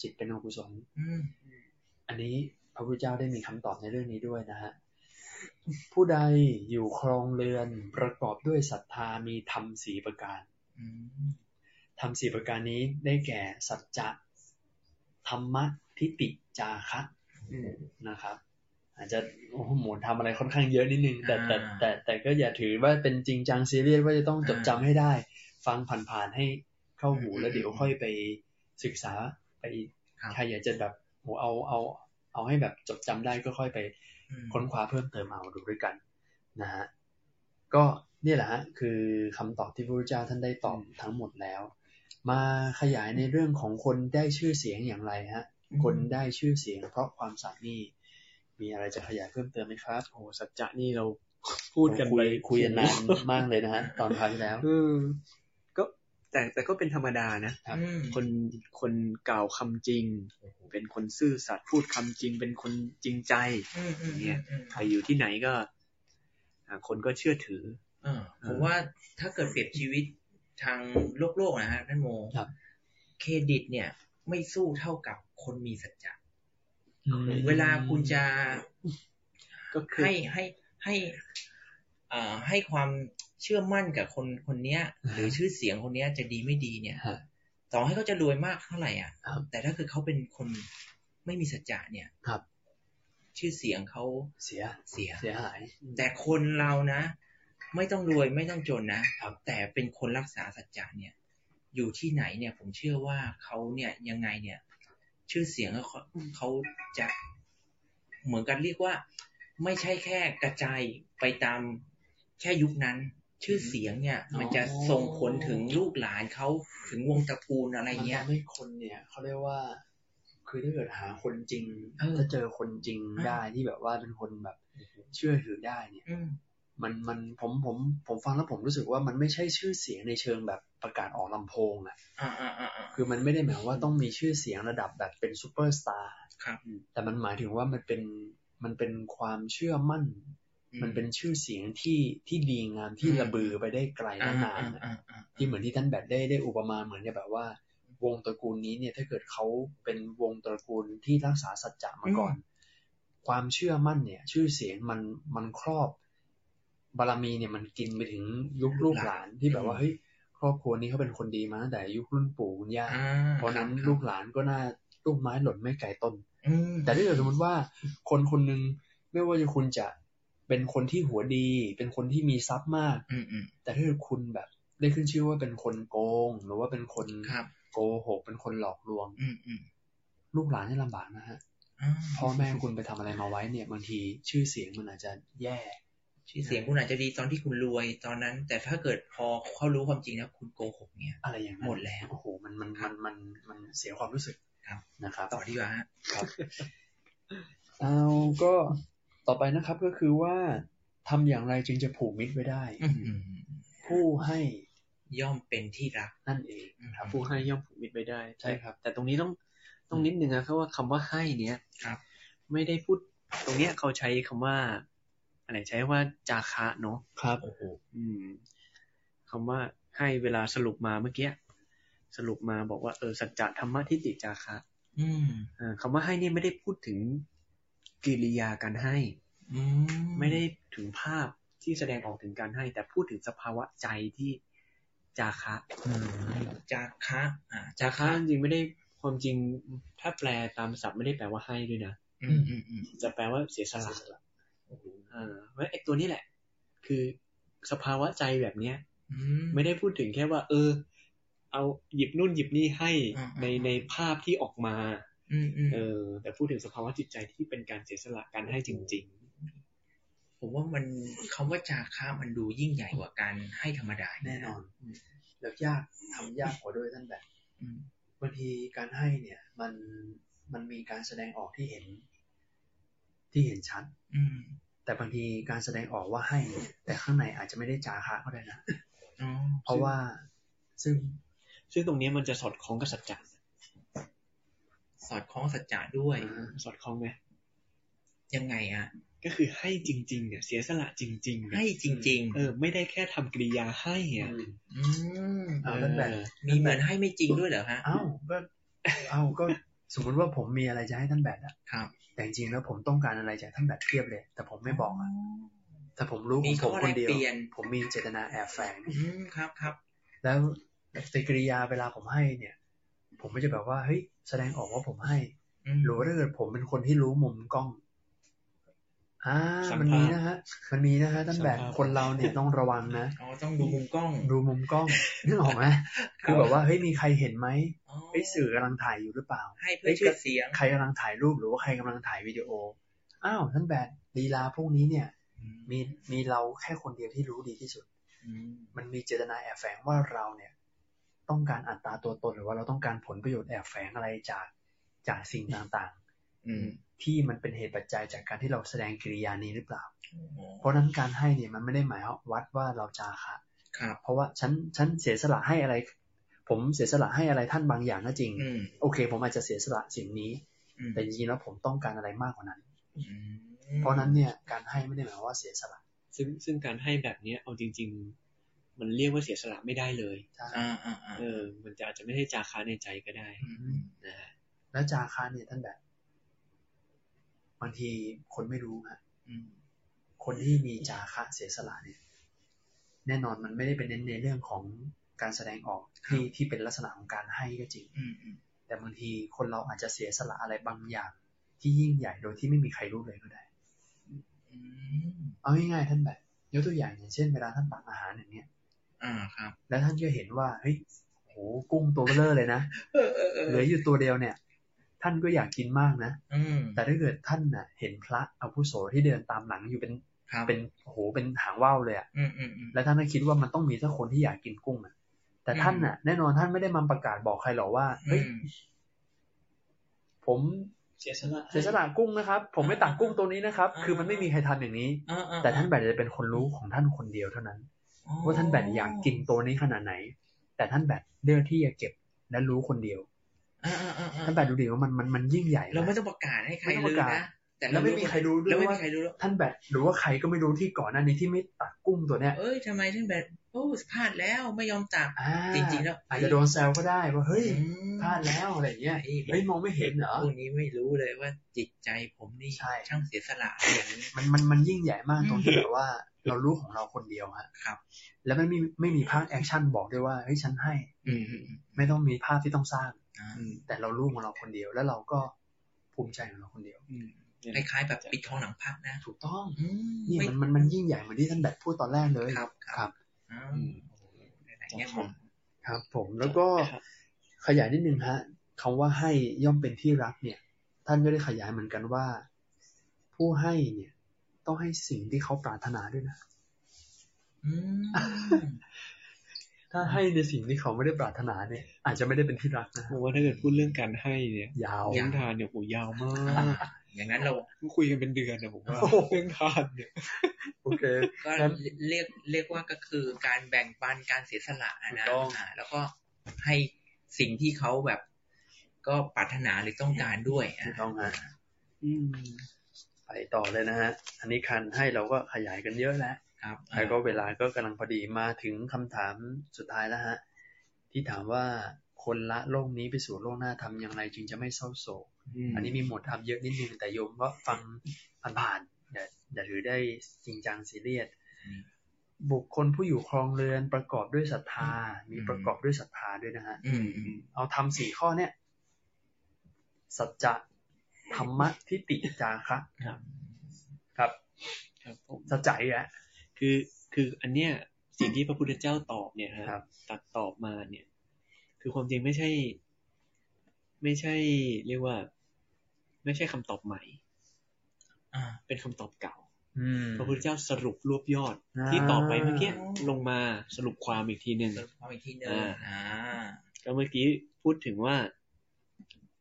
C: จิตเป็นอกุศล
B: อืม
C: อันนี้พระพุทธเจ้าได้มีคำตอบในเรื่องนี้ด้วยนะฮะ ผู้ใดอยู่ครองเรือนประกอบด้วยศรัทธามีธรรมสีประการ
B: อืม
C: ธรรมสีประการนี้ได้แก่สัจจะธรรมะทิฏฐิจาคะ
D: อืม
C: นะครับ อาจจะโอ้โหหมวนทำอะไรค่อนข้างเยอะนิดนึงแต่แต่แต่แต่ก็อย่าถือว่าเป็นจริงจังซีเรียสว่าจะต้องจดจำให้ได้ ฟังผ่านๆให้เข้าหูแล้วเดี๋ยวค่อยไปศึกษาไปอีก
B: ครับ
C: ใครอยากจะแบบโหเอาเอาเอาให้แบบจดจำได้ก็ค่อยไป
B: อืม
C: ค้นคว้าเพิ่มเติมเอาดูด้วยกันนะฮะก็เนี่ยแหละฮะคือคำตอบที่พระพุทธเจ้าท่านได้ตอบทั้งหมดแล้ว มาขยายในเรื่องของคนได้ชื่อเสียงอย่างไรฮะ คนได้ชื่อเสียง เพราะความสัตย์นี่มีอะไรจะขยายเพิ่มเติมไหมครับ
D: โอ้สัจจะนี่เราพูดกันไป
C: โอ้คุยคุยกันนานมากเลยนะฮะตอนคราวที่แล้ว
D: เออก็แต่แต่ก็เป็นธรรมดานะ
C: ครับ
B: อืม
D: คนคนกล่าวคำจริง เป็นคนซื่อสัตย์พูดคำจริง เป็นคนจริงใจ
B: อืมอืม
D: เนี่ย
B: อืม
D: ใครอยู่ที่ไหนก็อ่าคนก็เชื่อถือ
B: อ่าผมว่าถ้าเกิดเปรียบชีวิตทางโลกโลกนะฮะท่านโม
C: ครับ
B: เครดิตเนี่ย ไม่สู้เท่ากับคนมีสัจจะ
C: อืม
B: เวลาคุณจะ
D: ก็คือ
B: ให้ให้ให้อ่าให้ความเชื่อมั่นกับคนคนเนี้ย หรือชื่อเสียงคนเนี้ยจะดีไม่ดีเนี่ย
C: ฮะ
B: ต่อให้เขาจะรวยมากเท่าไหร่อ่ะ
C: ครับ
B: แต่ถ้าคือเขาเป็นคนไม่มีสัจจะเนี่ย
C: ครับ
B: ชื่อเสียงเขา
C: เสีย
B: เสีย
C: เสียหาย
B: แต่คนเรานะ ไม่ต้องรวยไม่ต้องจนนะครับ แต่เป็นคนรักษาสัจจะเนี่ย อยู่ที่ไหนเนี่ย ผมเชื่อว่าเขาเนี่ยยังไงเนี่ย ชื่อเสียงเขาเขาจะเหมือนกันเรียกว่า ไม่ใช่แค่กระจายไปตามแค่ยุคนั้น ชื่อเสียงเนี่ย มันจะส่งผลถึงลูกหลานเขาถึงวงตระกูลอะไรเงี้ย
C: มันทำให้คนเนี่ยเขาเรียกว่า คือถ้าเกิดหาคนจริง
B: เออ
C: ถ้าเจอคนจริง
B: เออ
C: ได้ที่แบบว่าเป็นคนแบบ เชื่อถือได้เนี่ย
B: อืม
C: มันมันผมผมผมฟังแล้วผมรู้สึกว่ามันไม่ใช่ชื่อเสียงในเชิงแบบประกาศออกลำโพงอะ
B: อ่าอ่าอ่าอ่า
C: คือมันไม่ได้หมายว่าต้องมีชื่อเสียงระดับแบบเป็นซูเปอร์สตาร์
B: ครับ
C: แต่มันหมายถึงว่ามันเป็นมันเป็นความเชื่อมั่น มันเป็นชื่อเสียงที่ที่ดีงามที่ระบือไปได้ไกล
B: อ่าอ่าน
C: และานอะ
B: อ่าอ่า
C: ที่เหมือนที่ท่านแบบได้ได้อุปมาเหมือนกับแบบว่า วงตระกูลนี้เนี่ยถ้าเกิดเขาเป็นวงตระกูลที่รักษาสัจจะมาก่อน ความเชื่อมั่นเนี่ย ชื่อเสียงมันมันครอบ บารมีเนี่ยมันกินไปถึงยุคลูกหลานที่แบบว่าเฮ้ยคร รอบครัวนี้เขาเป็นคนดีมาตั้งแต่ยุครุ่นปู่คุณย่า
B: อ่า
C: เพราะนั้น
B: คบ
C: ลูกหลานก็น่าลูกไม้หล่นไม่ไกลต้น
B: อืม
C: แต่ถ้าเกิดสมมติว่าคนคนหนึ่งไม่ว่าจะคุณจะเป็นคนที่หัวดี เป็นคนที่มีทรัพย์มาก
B: อืมอืม
C: แต่ถ้าเกิดคุณแบบ ได้ขึ้นชื่อว่าเป็นคนโกง หรือว่าเป็นคน
B: ครับ
C: โกหก เป็นคนหลอกลวง
B: อืมอืม
C: ลูกหลานนี่ลำบากนะฮะ
B: อ่า
C: พ่อแม่คุณไปทำอะไรมาไว้เนี่ยบางทีชื่อเสียงมันอาจจะแย่
B: ชื่อเสียงคุณอาจจะดีตอนที่คุณรวยตอนนั้น แต่ถ้าเกิดพอเขารู้ความจริงแล้วคุณโกหกเนี่ย
C: อะไรอย่างนั้น
B: หมดแล้ว
C: โอ้โหมันมันมันมันมันเสียความรู้สึก
B: ครับ
C: นะครับ
B: ต่อดีกว่าฮะ
C: เอาก็ต่อไปนะครับก็คือว่าทำอย่างไรจึงจะผูกมิตรไว้ได้
B: อืมอืมอืม
C: ผู้ให้
B: ย่อมเป็นที่รัก
C: นั่นเอง
B: อืม
C: ครับ
D: ผู้ให้ย่อมผูกมิตรไปได้
C: ใช่ครับ
D: แต่ตรงนี้ต้องต้องนิดนึงนะครับว่าคำว่าให้เนี้ย
B: ครับ
D: ไม่ได้พูด ตรงเนี้ยเขาใช้คำว่าอะไรใช้ว่าจาคะเนาะ
C: ครับ
B: โอ้โห
D: อืมคำว่าให้เวลาสรุปมาเมื่อกี้สรุปมาบอกว่าเออสัจจะธรรมะทิฏฐิจาคะ
B: อืม
D: เอ่อคำว่าให้นี่ไม่ได้พูดถึงกิริยาการให้
B: อืม
D: ไม่ได้ถึงภาพที่แสดงออกถึงการให้ แต่พูดถึงสภาวะใจที่จาคะ
B: อืมจากคะอ่า
D: จาคะจริงๆไม่ได้ความจริงถ้าแปลตามศัพท์ไม่ได้แปลว่าให้ด้วยนะ
B: อืมอืมอืม
D: จะแปลว่าเสียสละอ่าเพราะฉะนั้นไอ้ตัวนี้แหละ คือสภาวะใจแบบเนี้ย
B: อืม
D: ไม่ได้พูดถึงแค่ว่า เออ เอาหยิบนู่นหยิบนี่ให้
B: อ่าๆ
D: ในในภาพที่ออกมา
B: อืมอืม
D: เออ แต่พูดถึงสภาวะจิตใจที่เป็นการเสียสละการให้จริง
B: ผมว่ามันคำว่าจาค้ามันดูยิ่งใหญ่กว่าการให้ธรรมดา
C: แน่นอนแล้วยากทำยากกว่าด้วยท่านแบบ
B: อืม
C: บางทีการให้เนี่ย มันมันมีการแสดงออกที่เห็น ที่เห็นชัด
B: อืม
C: แต่บางทีการแสดงออกว่าให้เนี่ยแต่ข้างในอาจจะไม่ได้จาคะก็ได้นะ
B: อ๋อ
C: เพราะว่าซึ่ง
D: ๆ ซึ่งตรงเนี้ยมันจะสอดคล้องกับสัจจะ
B: สอดคล้องสัจจะด้วย
D: สอดคล้องไหม
B: ยังไงอะ
D: ก็คือให้จริง ๆ เนี่ย เสียสละจริงๆเนี่ย
B: ให้จริง
D: เออ ไม่ได้แค่ทำกริยาให้อ่ะ
B: ๆ อืม
C: เอาท่านแบบ
D: เออ
B: มีเหมือนให้ไม่จริงด้วยเหรอฮะ
C: เอ้าก็เอ้าก็สมมติว่าผมมีอะไรจะให้ท่านแบดอะ
B: ครับ
C: แต่จริงๆแล้วผมต้องการอะไรจากท่านแบดเทียบเลย แต่ผมไม่บอกอะแต่ผมรู้ข
B: มี
C: องผม
B: ข้อ
C: ค
B: แล
C: น
B: ก
C: เดียว
B: เปลี่ยน
C: ผมมีเจตนาแอบแฝง
B: อืมครับครับ
C: แล้วปฏิกิริยาเวลาผมให้เนี่ย ผมไม่จะแบบว่าเฮ้ยแสดงออกว่าผมให้
B: อืม
C: หรือว่าถ้าเกิดผมเป็นคนที่รู้มุมกล้องอ่ามันมีนะฮะ มันมีนะฮะท่านแบดคนเราเนี่ยต้องระวังนะ
B: อ๋อต้องดูมุมกล้อง
C: ดูมุมกล้องนึกออกไหม
B: ครับ
C: คือแบบว่าเฮ้ยมีใครเห็นไหม
B: อ๋อ
C: เฮ้ยสื่อกำลังถ่ายอยู่หรือเปล่า
B: ให้เพื่อชื่อเสียง
C: ใครกำลังถ่ายรูปหรือว่าใครกำลังถ่ายวิดีโอ อ้าวท่านแบดลีลาพวกนี้เนี่ย มีมีเราแค่คนเดียวที่รู้ดีที่สุด
B: อืม
C: มันมีเจตนาแอบแฝงว่าเราเนี่ย ต้องการอัตราตัวตนหรือว่าเราต้องการผลประโยชน์แอบแฝงอะไรจากจากสิ่งต่าง
B: อืม
C: ๆ ที่มันเป็นเหตุปัจจัยจากการที่เราแสดงกิริยานี้หรือเปล่า
B: โอ้โห
C: เพราะฉะนั้นการให้เนี่ยมันไม่ได้หมายวัดว่าเราจาคะ
B: ครับ
C: เพราะว่าฉันฉันเสียสละให้อะไร ผมเสียสละให้อะไรท่านบางอย่างก็จริง
B: อืม
C: โอเค ผมอาจจะเสียสละสิ่งนี้
B: อืม
C: แต่จริงๆแล้วผมต้องการอะไรมากกว่านั้น
B: อืม
C: เพราะฉะนั้นเนี่ยการให้ไม่ได้หมายว่าเสียสละ
D: ซึ่งซึ่งการให้แบบเนี้ยเอาจริง ๆ มันเรียกว่าเสียสละไม่ได้เลย
C: ใช่
B: อ่าอ่าอ่า
D: เออ มันจะอาจจะไม่ได้จาคะในใจก็ได้
C: อืม
D: นะฮะ
C: แล้วจาคะเนี่ยท่านแบบบางทีคนไม่รู้ฮะ
B: อืม
C: คนที่มีจาคะเสียสละเนี่ยแน่นอนมันไม่ได้เป็นเน้นในเรื่องของการแสดงออกที่ที่เป็นลักษณะของการให้ก็จริง
B: อืมอืม
C: แต่บางทีคนเราอาจจะเสียสละอะไรบางอย่าง ที่ยิ่งใหญ่โดยที่ไม่มีใครรู้เลยก็ได้
B: อืม
C: เอาง่ายๆท่านแบบยกตัวอย่างอย่างเช่นเวลาท่านตักอาหารอย่างเนี้ย
B: อ่าครับ
C: แล้วท่านก็เห็นว่าเฮ้ยโหกุ้งตัวเบลอเลยนะ
B: เออเออเอ
C: เหลื
B: อ
C: ออยู่ตัวเดียวเนี่ย ท่านก็อยากกินมากนะ
B: อืม
C: แต่ถ้าเกิดท่านน่ะ เห็นพระอาวุโสที่เดินตามหลังอยู่เป็น
B: ครับ
C: เป็นโหเป็นหางว่าวเลยอะ
B: อืมอืมอืม
C: แล้วท่านก็คิดว่ามันต้องมีสักคนที่อยากกินกุ้งอ่ะ แต่ท่านน่ะ แน่นอนท่านไม่ได้มาประกาศบอกใครหรอกว่า เฮ้ย ผม
D: เสียสละให้
C: เสียสละกุ้งนะครับ ผมไม่ตักกุ้งตัวนี้นะครับ
B: อ่า
C: คือมันไม่มีใครทำอย่างนี้
B: อ่าอ่
C: แต่ท่านแบดจะเป็นคนรู้ของท่านคนเดียวเท่านั้น
B: อ๋อ
C: ว่าท่านแบดอยากกินตัวนี้ขนาดไหน แต่ท่านแบดเลือกที่จะเก็บและรู้คนเดียว
B: อ่าอ่าอ่า
C: ท่านแบดดูดีว่ามันมันมันยิ่งใหญ่นะ
B: เราไม่ต้องประกาศให้ใคร
C: ไม่ต้องป
B: รู้
C: ระกาศ
B: นะ แต่
C: แล้วไม่มีใครรู้ด้วย
B: แล้วไม่มี
C: ว่า
B: ใครรู้ด้วย
C: ท่านแบทหรือว่าใครก็ไม่รู้ที่ก่อนหน้านี้ที่ไม่ตักกุ้งตัวเนี้ย
B: เอ้ยทำไมถึงแบบโอ้พลาดแล้วไม่ยอมตัก
C: อ่า
B: จริงๆแล้ว
C: อาจจะโดนแซวก็ได้ว่าเฮ้ย
B: อืม
C: พลาดแล้วอะไรเงี้ย
B: ไอ้แบบ
C: เฮ้ยมองไม่เห็นเหรอ
B: พวกนี้ไม่รู้เลยว่าจิตใจผมนี่
C: ใช่
B: ช่างเสียสละอย่างนี้
C: มันมันมันยิ่งใหญ่มาก
B: อืม
C: ตรงที่แบบว่าเรารู้ของเราคนเดียวฮะ
B: ครับ
C: แล้วมันไม่มีไม่มีภาคแอคชั่นบอกด้วยว่าเฮ้ยฉันให้
B: อืม
C: ไม่ต้องมีภาพที่ต้องสร้าง
B: อ่า
C: แต่เรารู้ของเราคนเดียว แล้วเราก็ภูมิใจของเราคนเดียว
B: คล้ายๆแบบปิดทองหลังพระนะ
C: ถูกต้อง
B: อืม
C: นี่
B: ไม่
C: มันมันมันยิ่งใหญ่เหมือนที่ท่านแบทพูดตอนแรกเลย
B: ครับ
C: ครับ
B: อ้าวหลายๆแง่
D: เนี่ย
B: มุม
C: ครับ ผมแล้วก็ขยายนิดนึงฮะคำว่าให้ย่อมเป็นที่รักเนี่ย ท่านก็ได้ขยายเหมือนกันว่า ผู้ให้เนี่ย ต้องให้สิ่งที่เขาปรารถนาด้วยนะ
B: อืม
C: ถ้าให้ในสิ่งที่เขาไม่ได้ปรารถนาเนี่ย อาจจะไม่ได้เป็นที่รักนะ
D: ผมว่าถ้าเกิดพูดเรื่องการให้เนี่ย
C: ยาว
D: เรื่องทานเนี่ยโหยาวมา
B: อ่าก อย่างนั้นเรา
D: ต้องคุยกันเป็นเดือนนะผมว่า
C: โอ้โห
D: เรื่องทานเนี่ย
C: โอเค
B: ก็
C: งั้น
B: เรียกเรียกว่าก็คือการแบ่งปันการเสียสละอะนะ
C: ถูกต้อง
B: อ่าแล้วก็ให้สิ่งที่เขาแบบ ก็ปรารถนาหรือต้องการด้วย
C: ถู
B: อ่ะ
C: กต้องฮะไปต่อเลยนะฮะ อันนี้คันให้เราก็ขยายกันเยอะแล้ว
B: ครับอ่า
C: แล้วก็เวลาก็กำลังพอดีมาถึงคำถามสุดท้ายแล้วฮะ ที่ถามว่าคนละโลกนี้ไปสู่โลกหน้าทำอย่างไร จึงจะไม่เศร้าโศก อันนี้มีหมวดทำเยอะนิดนึงแต่โยมก็ฟังผ่านๆอย่าอย่าถือได้จริงจังซีเรียสบุคคลผู้อยู่ครองเรือนประกอบด้วยศรัทธา มีประกอบด้วยศรัทธาด้วยนะฮะ
B: อืมอืม
C: เอาทำสี่ข้อเนี่ย สัจจะธรรมะทิฏฐิจาคะ
D: ครับ
C: ครับ
D: ครับผม
C: สัจจะอีกแล้ว
D: คือคืออันเนี้ยสิ่งที่พระพุทธเจ้าตอบเนี่ยฮะ
C: ครับ
D: ตัดตอบมาเนี่ย คือความจริงไม่ใช่ ไม่ใช่ เรียกว่า ไม่ใช่คำตอบใหม่
B: อ่า
D: เป็นคำตอบเก่า
C: อืม
D: พระพุทธเจ้าสรุปรวบยอด
C: อ่า
D: ที่ตอบไปเมื่อกี้
B: อ๋อ
D: ลงมาสรุปความอีกทีหนึ่ง
B: สรุปความอีกทีหนึ่ง
D: อ่า
B: อ่า
D: ก็เมื่อกี้พูดถึงว่า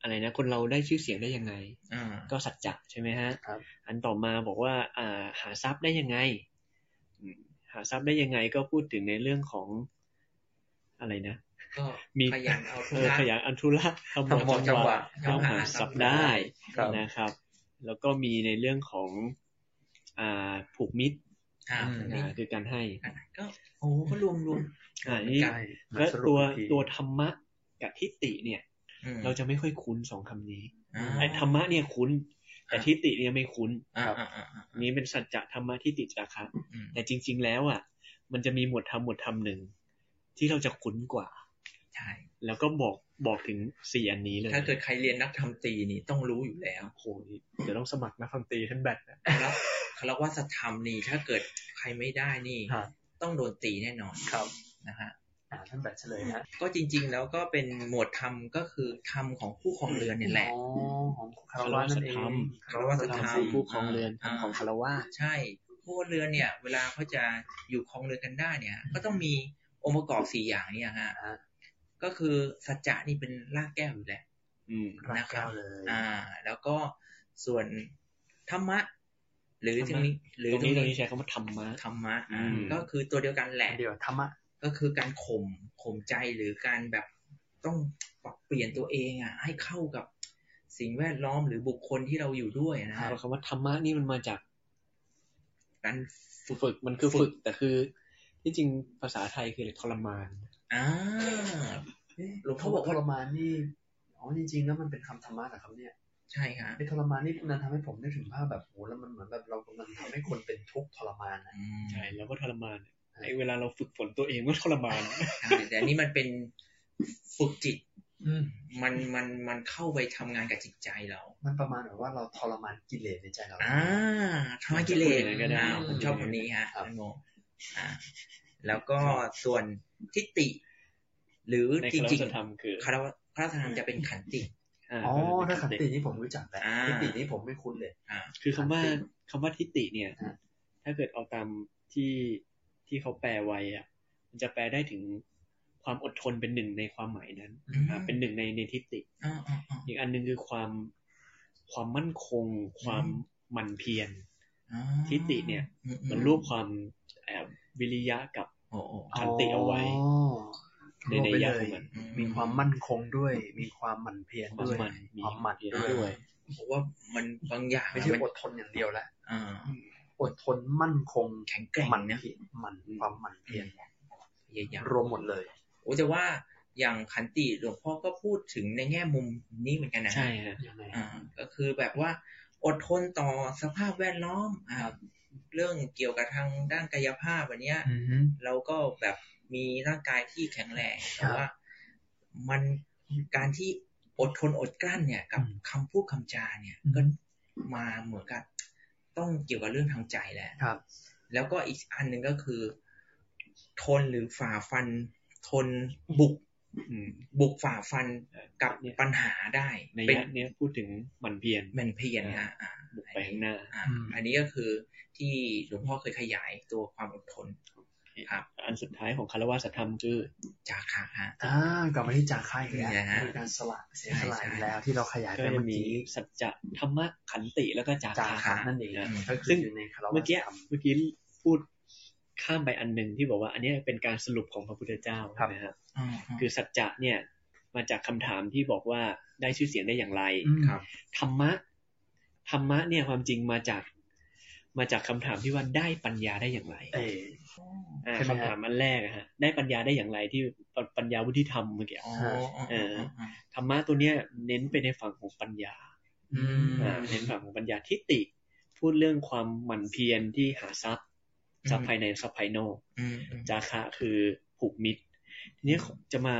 D: อะไรนะ คนเราได้ชื่อเสียงได้ยังไง
B: อ่า
D: ก็สัจจะใช่ไหมฮะ
C: ครับ
D: อันต่อมาบอกว่า อ่า หาทรัพย์ได้ยังไงอืมหาทรัพย์ได้ยังไงก็พูดถึงในเรื่องของอะไรนะ
B: ก็
D: มี
B: ขยันเอาทุ
D: เออ
B: ระ
D: ขยันอันธุระทำ
C: ทำหมดจังหวะ
D: ย่อมหาทรัพย์ได้
B: ครับ
D: นะครับ แล้วก็มีในเรื่องของ อ่าผูกมิตร
B: อ่า
C: อืม
B: อันนี้
D: อ่าคือการให้
B: อ่ะก็ โอ้ก็รวมรวม
D: อ่านี่
B: ใช่
C: มา
D: และ
C: สรุป
D: ตัว
C: อีกที
D: ตัวธรรมะกับทิฏฐิเนี่ย
B: อืม
D: เราจะไม่ค่อยคุ้นสองคำนี้
B: อ่า
D: ไอ้ธรรมะเนี่ยคุ้น แต่ทิฏฐิเนี่ยไม่คุ้น
B: อ่าอ่าอ่าอ่า
D: นี่เป็นสัจจะธรรมะทิฏฐิจาคะ
B: อืม
D: แต่จริง ๆ แล้วอ่ะ มันจะมีหมวดธรรมหมวดธรรมหนึ่งที่เราจะคุ้นกว่า
B: ใช่
D: แล้วก็บอกบอกถึงสี่อันนี้เลย
B: ถ้าเกิดใครเรียนนักทำตีนี่ต้องรู้อยู่แล้ว
D: โอ้โหเดี๋ยวต้องสมัครนักฟังตรีท่านแบทนะ
B: แล้วคารวะ [laughs] ธรรมนี่ ถ้าเกิดใครไม่ได้นี่
C: ฮะ
B: ต้องโดนตีแน่นอน
C: ครับ
B: นะฮะ
C: อ่าท่านแบบเฉลยฮะ
B: ก็จริง ๆ แล้วก็เป็นหมวดธรรมก็คือธรรมของผู้ของเรือนเนี่ยแหละ
C: อ๋อของคารวะนั่นเอง
B: คารวะธรรม
D: ทำสู่ผู้ครองเรือน
B: อ่า
D: ทำของคารวาส
B: ใช่ผู้ว่าเรือนเนี่ย เวลาเขาจะอยู่ครองเรือนกันได้เนี่ย ก็ต้องมีองค์ประกอบสี่อย่างเนี่ยฮะ
C: อ่า
B: ก็คือสัจจะนี่เป็นรากแก้วอยู่แล้ว
C: รักเก้าเลย
B: อ่า แล้วก็ส่วนธรรมะ หรือ
D: ธ
B: ต
D: ร
B: ร
D: รมะ
B: งนี้ ห
D: ตร
B: รือง
D: นี้ตรงนี้ใช้คำว่าธรรมะ
B: ธรรมะอ่า
D: อืม
B: ก็คือตัวเดียวกันแหละ
C: เดี๋ยวธรรมะ
B: ก็คือการข่มข่มใจหรือการแบบต้องปรับเปลี่ยนตัวเองอ่ะ ให้เข้ากับสิ่งแวดล้อมหรือบุคคลที่เราอยู่ด้วยนะ
D: เพราะคำว่าธรรมะนี่มันมาจาก
B: การ
D: ฝึกฝึกมันคือฝึกแต่คือ ที่จริงภาษาไทยคืออะไรทรมาน
B: อ่า หลวงพ่อบอกว่า
C: ทรมานนี่อ๋อจริงๆแล้วมันเป็นคำธรรมะเหรอครับเนี่ย
B: ใช่ค่ะ
C: ไอ้ทรมานนี่มันทำให้ผมนึกถึงภาพแบบโหแล้วมันเหมือนแบบเรากำลังทำให้คนเป็นทุกข์ทรมานนะ
B: อืม
D: ใช่แล้วก็ทรมานไอ้เวลาเราฝึกฝนตัวเองก็ทรมาน
B: ใช่แต่อันนี่มันเป็นฝึกจิต
C: อืม
B: มันมันมันเข้าไปทำงานกับจิตใจเรา
C: มันประมาณแบบว่าเราทรมานกิเลสในใจเรา
B: อ่าทำกิเลส
D: จะพูดอย่างนั้นก็ได้
B: อ่าผมชอบคนนี้ฮะ
C: ครับ
B: ท่านโมอ่า แล้วก็ส่วนทิฏฐิหรือ
D: ใน
B: จ
D: คาร
B: ริง
D: วะธรรมคือ
B: ๆคารวะคารวะธรรมจะเป็นขันติ
D: อ่า
C: อ๋อถ้าขัน
D: ติ
C: ตินี้ผมรู้จักแล้ว
B: อ่า
C: ขันตินี้ผมไม่คุ้นเลย
B: อ่า
D: คือคำว่าคำว่าทิฏฐิเนี่ย
C: อ่า
D: ถ้าเกิดเอาตามที่ที่เขาแปลไว้อ่ะ มันจะแปลได้ถึงความอดทนเป็นหนึ่งในความหมายนั้น
B: อืม
D: อ่าเป็นหนึ่งในในทิฏฐิ
B: อ่าอ่าอ่า
D: อีกอันหนึ่งคือความความมั่นคง ความหมั่นเพียร
B: อ่า
D: ทิฏฐิเนี่ย
B: อือื
D: มันรวบความแอบวิริยะกับ
B: โอ้โอ้
D: ขันติเอาไว้
C: อ๋อ
D: ในในยะของมัน
B: อื
C: มีความมั่นคงด้วย มีความหมั่นเพียร
D: ความ
C: ด้วย
D: มันมี
C: ความหมั่น
D: เพียร
C: ด้วย
D: ด้วย
B: เพราะว่ามันบางอย่าง
C: ไม่ใช่
B: มัน
C: อดทนอย่างเดียวแล้ว
B: อ่า
C: อดทนมั่นคง
B: แข็งแกร่ง
C: มัน
B: เนี่ย
C: เพียรมันความมันเพียร
B: พยายาม
C: รวมหมดเลย
B: โอ้จะว่าอย่างขันติหลวงพ่อก็พูดถึงในแง่มุมนี้เหมือนกันนะ
D: ใช่ฮะ
C: ยังไง
B: อ่าก็คือแบบว่าอดทนต่อสภาพแวดล้อมอ่าเรื่องเกี่ยวกับทางด้านกายภาพอันเนี้ย
C: อือฮึ
B: เราก็แบบมีร่างกายที่แข็งแรง
C: ครั
B: แต่
C: บ
B: ว่ามันการที่อดทนอดกลั้นเนี่ย กับ
C: อืม
B: คำพูดคำจาเนี่ย
C: อืม
B: ก็มาเหมือนกับต้องเกี่ยวกับเรื่องทางใจแหละ
C: ครับ
B: แล้วก็อีกอันหนึ่งก็คือ ทนหรือฝ่าฟัน ทนบุก
D: อืม
B: บุกฝ่าฟันกับ
D: เนี่ย
B: ปัญหาได้
D: ใน
B: เป็น
D: ยะเนี้ยพูดถึงหมันเพียร
B: แมนเพียน
D: อ่า
B: นะอ่า
D: บุกไปข้างหน้า
B: อ่า
C: อืม
B: อันนี้ก็คือที่หลวงพ่อเคยขยายตัวความอดทนครับ
D: อันสุดท้ายของคารวะสัตธรรมคือ
B: จาคะฮะ
C: อ่ากลับมาที่จาค่ายอีกแล้ว
B: นี่นะฮะ
C: คือการสละเสียสละ
B: ใช่
C: อีกแล้วที่เราขยาย
D: ก็
C: ไป
D: จะ
C: เมื่อ
D: มี
C: กี้
D: สัจจะธรรมะขันติแล้วก็จา
C: จา
D: คะ
C: คะนั่นเอง
D: อ่า
C: ก็คืออยู่ในคารวะ
D: เมื่อกี้
C: ธรรม
D: เมื่อกี้พูดข้ามไปอันหนึ่งที่บอกว่า อันเนี้ยเป็นการสรุปของพระพุทธเจ้า
C: ครับ
D: นะฮะ
B: าา
D: คือสัจจะเนี่ยมาจากคำถามที่บอกว่าได้ชื่อเสียงได้อย่างไร
C: อืม
B: ครับ
D: ธรรมะธรรมะเนี่ยความจริงมาจาก มาจากคำถามที่ว่าได้ปัญญาได้อย่างไร
C: เออ
D: อ่า
C: ใช่ไหมฮะ
D: คำถามอันแรกอะฮะได้ปัญญาได้อย่างไรที่ปปัญญาวุฒิธรรมเมื่อกี้
B: อ๋อ
D: เออ
B: อ่า
D: ธรรมะตัวเนี้ยเน้นไปในฝั่งของปัญญา
C: อืม
D: อ่าเน้นฝั่งของปัญญาทิฏฐิพูดเรื่องความหมั่นเพียรที่หาทรัพย์
B: อืม
D: ทรัพย์ภายในทรัพย์ภายนอก
B: อืมอืม
D: จาคะคือผูกมิตร ทีนี้จะมา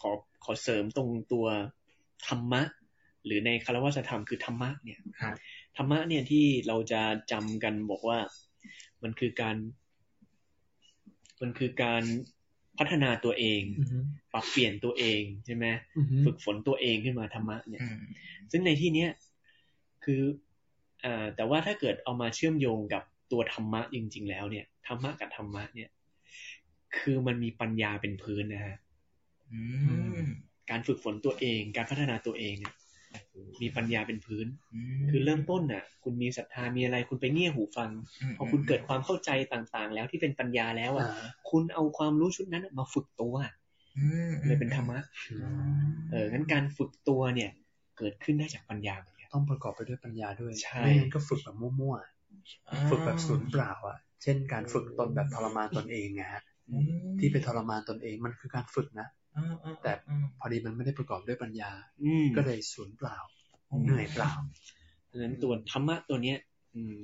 D: ขอขอเสริมตรงตัวธรรมะ หรือในคารวะธรรมคือธรรมะเนี่ย
B: ครับ
D: ธรรมะเนี่ยที่เราจะจำกันบอกว่ามันคือการ มันคือการพัฒนาตัวเอง
C: อือฮึ
D: ปรับเปลี่ยนตัวเองใช่ไหม
C: อือฮึ
D: ฝึกฝนตัวเองขึ้นมาธรรมะเนี่ย
B: อืม
D: ซึ่งในที่เนี้ยคืออ่าแต่ว่าถ้าเกิดเอามาเชื่อมโยงกับตัวธรรมะจริง ๆ แล้วเนี่ยธรรมะกับธรรมะเนี่ย คือมันมีปัญญาเป็นพื้นนะฮะ
B: อืม
D: การฝึกฝนตัวเอง การพัฒนาตัวเองเนี่ยมีปัญญาเป็นพื้น
B: ม
D: คือเริ่มต้นน่ะ คุณมีศรัทธามีอะไรคุณไปเงี่ยหูฟัง
B: ม
D: พอคุณเกิดความเข้าใจต่างๆ แล้วที่เป็นปัญญาแล้วอ่ะ
C: อ่า
D: คุณเอาความรู้ชุดนั้นมาฝึกตัว
B: อืม
D: เลยเป็นธรรมะ
C: อื
B: อื
C: ม
B: ม
D: เอองั้นการฝึกตัวเนี่ย เกิดขึ้นได้จากปัญญาเหมือนกัน
C: ต้องประกอบไปด้วยปัญญาด้วย
D: ใช่
C: ไม่งั้นก็ฝึกแบบมั่วๆ ฝึกแบบศูนย์เปล่าอ่ะ เช่นการฝึกตนแบบทรมานตนเองนะฮะ
B: อืม
C: ที่ไปทรมานตนเองมันคือการฝึกนะ
B: อ่าอ่า
C: แต่
B: อ่า
C: พอดีมันไม่ได้ประกอบด้วยปัญญา
D: อืม
C: ก็เลยศูนย์เปล่า เหนื่อยเปล่า
D: เพราะฉะนั้นตัวธรรมะตัวเนี้ย อืม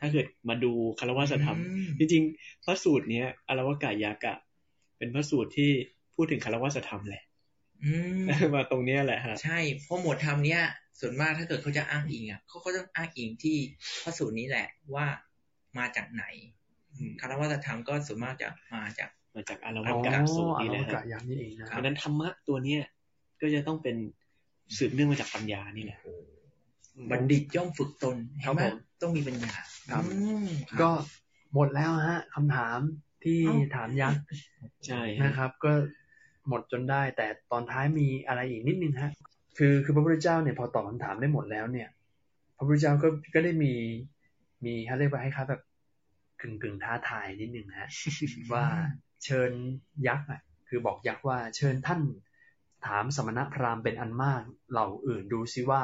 D: ถ้าเกิดมาดูคารวะสธรรม
B: อืม
D: จริงๆพระสูตรเนี้ยอารวากายากะ เป็นพระสูตรที่พูดถึงคารวะสธรรมแหละ
B: อืม
D: มาตรงเนี้ยแหละฮะ
B: ใช่ เพราะหมวดธรรมเนี่ยส่วนมากถ้าเกิดเขาจะอ้างอิงอ่ะเขาก็ต้องอ้างอิงที่พระสูตรนี้แหละว่ามาจากไหน
D: อืม
B: คารวะธรรมก็ส่วนมากจะมาจาก
D: มาจากอาร
C: อ๋อก
D: วาะสูตร
C: อา
D: นี่
C: ร
D: แห
C: มณ์
D: ละฮะ
C: กะอย่างนี้เองนะ
D: เพ
C: ครับ
D: ราะฉะนั้นธรรมะตัวเนี้ยก็จะต้องเป็นสืบเนื่องมาจากปัญญานี่แหละ
B: บัณฑิตย่อมฝึกตนเห็นไหมต้องมีปัญญา
C: ครับ
B: อืมครับ
C: ก็หมดแล้วฮะคำถามที่
B: เอ้า
C: ถามยักษ์
D: ใช่ฮะ
C: นะครับ ก็หมดจนได้แต่ตอนท้ายมีอะไรอีกนิดนึงฮะ คือคือพระพุทธเจ้าเนี่ยพอตอบคำถามได้หมดแล้วเนี่ย พระพุทธเจ้าก็ก็ได้มีมีเขาเรียกว่าให้ครับแบบกึ่งกึ่งท้าทายนิดนึงฮะ ว่าเชิญยักษ์อ่ะคือบอกยักษ์ว่าเชิญท่านถามสมณพราหมณ์เป็นอันมากเหล่าอื่นดูซิว่า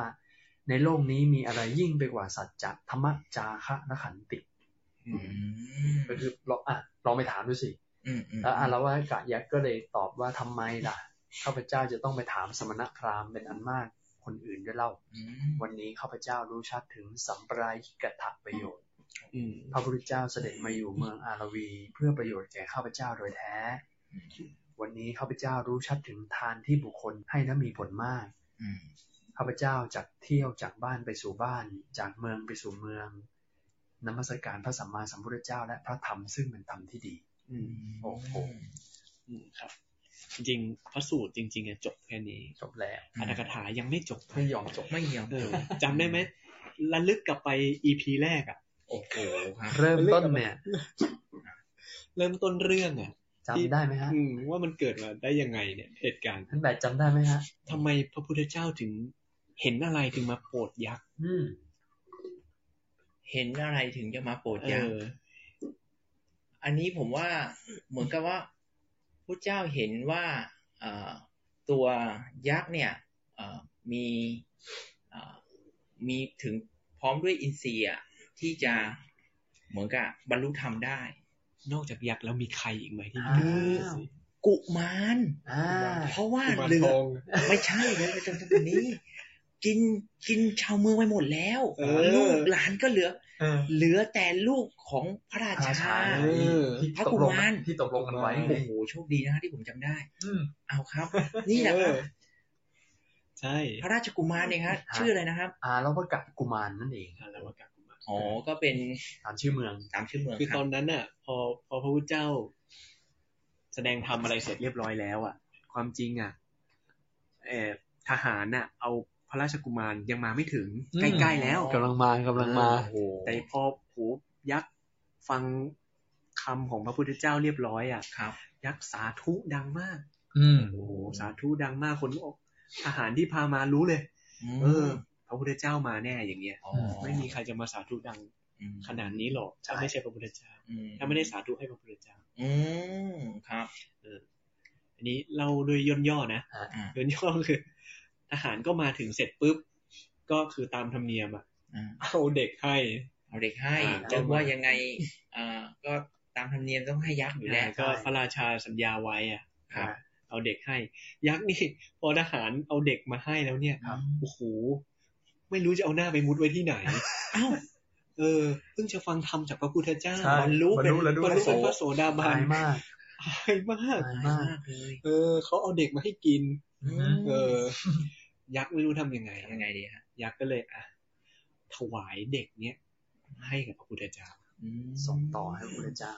C: ในโลกนี้มีอะไรยิ่งไปกว่าสัจจะธรรมจาคะและขันติ
D: อื
B: อื
D: ม
B: ม
C: ก็คือลองอ่ะลองไปถามดูสิ
B: อืมอืม
C: แล้วอารวาสกะยักษ์ก็เลยตอบว่าทำไมล่ะข้าพเจ้าจะต้องไปถามสมณพราหมณ์เป็นอันมากคนอื่นด้วยเล่า
B: อืม
C: วันนี้ข้าพเจ้ารู้ชัดถึงสัมปรายกถประโยชน์
D: อืม
C: พระพุทธเจ้าเสด็จมาอยู่เมืองอารวี เพื่อประโยชน์แก่ข้าพเจ้าโดยแท้ วันนี้ข้าพเจ้ารู้ชัดถึงทานที่บุคคลให้นั้นมีผลมาก
B: อืม
C: ข้าพเจ้าจากเที่ยวจากบ้านไปสู่บ้าน จากเมืองไปสู่เมืองนมัสการพระสัมมาสัมพุทธเจ้า และพระธรรมซึ่งเป็นธรรมที่ดี
D: อืม
C: โอ้โห
D: อืมครับ จริงๆพระสูตรจริงๆอะจบแค่นี้
C: จบแล้ว
D: อัตถกถายังไม่จบ
C: ไม่ยอมจบ
B: ไม่ยอม
D: เออจำได้ไหมระลึกกลับไป EP แรกอะ
B: โอ้โหครับ
C: เริ่มต้นเนี่ย
D: เริ่มต้นเรื่องอะ
C: จำได้ไหมฮะ
D: อืมว่ามันเกิดมาได้ยังไงเนี่ย เหตุการณ์
C: ท่านแบบจำได้ไหมฮะ
D: ทำไมพระพุทธเจ้าถึงเห็นอะไรถึงมาโปรดยักษ์
C: อืม
B: เห็นอะไรถึงจะมาโปรด
D: เอ
B: ยักษ์
D: อ
B: อันนี้ผมว่าเหมือนกับว่าพระเจ้าเห็นว่าเอ่อตัวยักษ์เนี่ยเอ่อมี เอ่อมีถึงพร้อมด้วยอินทรีย์อะที่จะเหมือนกับบรรลุธรรมได้
D: นอกจากยักษ์แล้วมีใครอีกไหมที่
C: อ้าว
B: กุมาร
C: อ่า
B: เพราะว่า
A: กุมาร
B: เหลื
A: ท
B: อ
A: อง
B: ไม่ใช่เลยจนถึงวันนี้ กินกินชาวเมืองไปหมดแล้ว
A: เออ
B: ลูกหลานก็เหลือ
A: เออ
B: เหลือแต่ลูกของพระรา
C: อาชา
B: ชา
A: เออ
C: ที่
B: พระ
C: ตก
B: กุ
C: ลง
B: มาร
C: ที่ตกลงกันไว้
B: โอ้โหโชคดีนะที่ผมจำได้
C: อืม
B: เอาครับ นี่แหละครับ
A: เออ
D: ใช่
B: พระราชกุมารเองครับ
C: ครับ
B: ชื่ออะไรนะครับ
C: อาราวกะกุมารนั่นเอง
D: อารวากะกุมาร
B: อ๋อ ก็เป็น
C: ตามชื่อเมือง
B: ตามชื่อเมือง
D: คือ
B: ค
D: ต
B: รั
D: อบ นนั้นน่ะ พอพอพระพุทธเจ้า แสดงธรรมอะไรเสร็จเรียบร้อยแล้วอ่ะ ความจริงอ่ะเออทหารน่ะ เอาพระราชกุมารยังมาไม่ถึงใกล้ๆแล้ว
C: กำลังมากำลังมา
D: เออ แต่พอโหยักษ์ฟังคำของพระพุทธเจ้าเรียบร้อยอ่ะ
B: ครับ
D: ยักษ์สาธุดังมาก
C: อืม
D: โอ้โหสาธุดังมากคนก็อกทหารที่พามารู้เลย เออ พระพุทธเจ้ามาแน่อย่างเงี้ย
B: อ๋อ
D: ไม่มีใครจะมาสาธุดัง
B: อืม
D: ขนาดนี้หรอกถ้า
C: ใช่
D: ไม่ใช่พระพุทธเจ้า
B: อื
D: ถ้าไม่ได้สาธุให้พระพุทธเจ้า
B: อืมครับ
D: อันนี้เล่าโดยย่นย่อนะ
B: อ่า
D: ย่นย่อคือทหารก็มาถึงเสร็จปุ๊บ ก็คือตามธรรมเนียมอ่ะ
B: อ่า
D: เอาเด็กให้
B: เอาเด็กให้
D: อ่า
B: จะว่ายังไงอ่าก็ตามธรรมเนียมต้องให้ยักษ์อยู่แล้ว
D: อ่าก็พระราชาสัญญาไว้อ่ะ
B: ครับ
D: เอาเด็กให้ ยักษ์นี่พอทหารเอาเด็กมาให้แล้วเนี่ย
C: ครับ
D: โอ้โห ไม่รู้จะเอาหน้าไปมุดไว้
C: [laughs]
D: ที่ไหน เอ้า เออ เพิ่งจะฟังธรรมจากพระพุทธเจ้า
C: ใช่
D: บรรลุเป็น
C: บรรลุแล้วด้วย
D: บรรลุเป็นพระโสดาบั
C: อาน ยมาก
D: อาย
C: อา
D: มาก
C: ย
B: มาม
C: าก
B: กเลย
D: เออ เขาเอาเด็กมาให้กิน
B: อืม
D: เออ ยักษ์ไม่รู้ทำยังไง
B: ยังไงดีฮะ
D: ยักษ์ก็เลยอ่ะถวายเด็กเนี้ยให้กับพระพุทธเจ้า
B: อืม
C: ส่งต่อให้พระพุทธเจ้า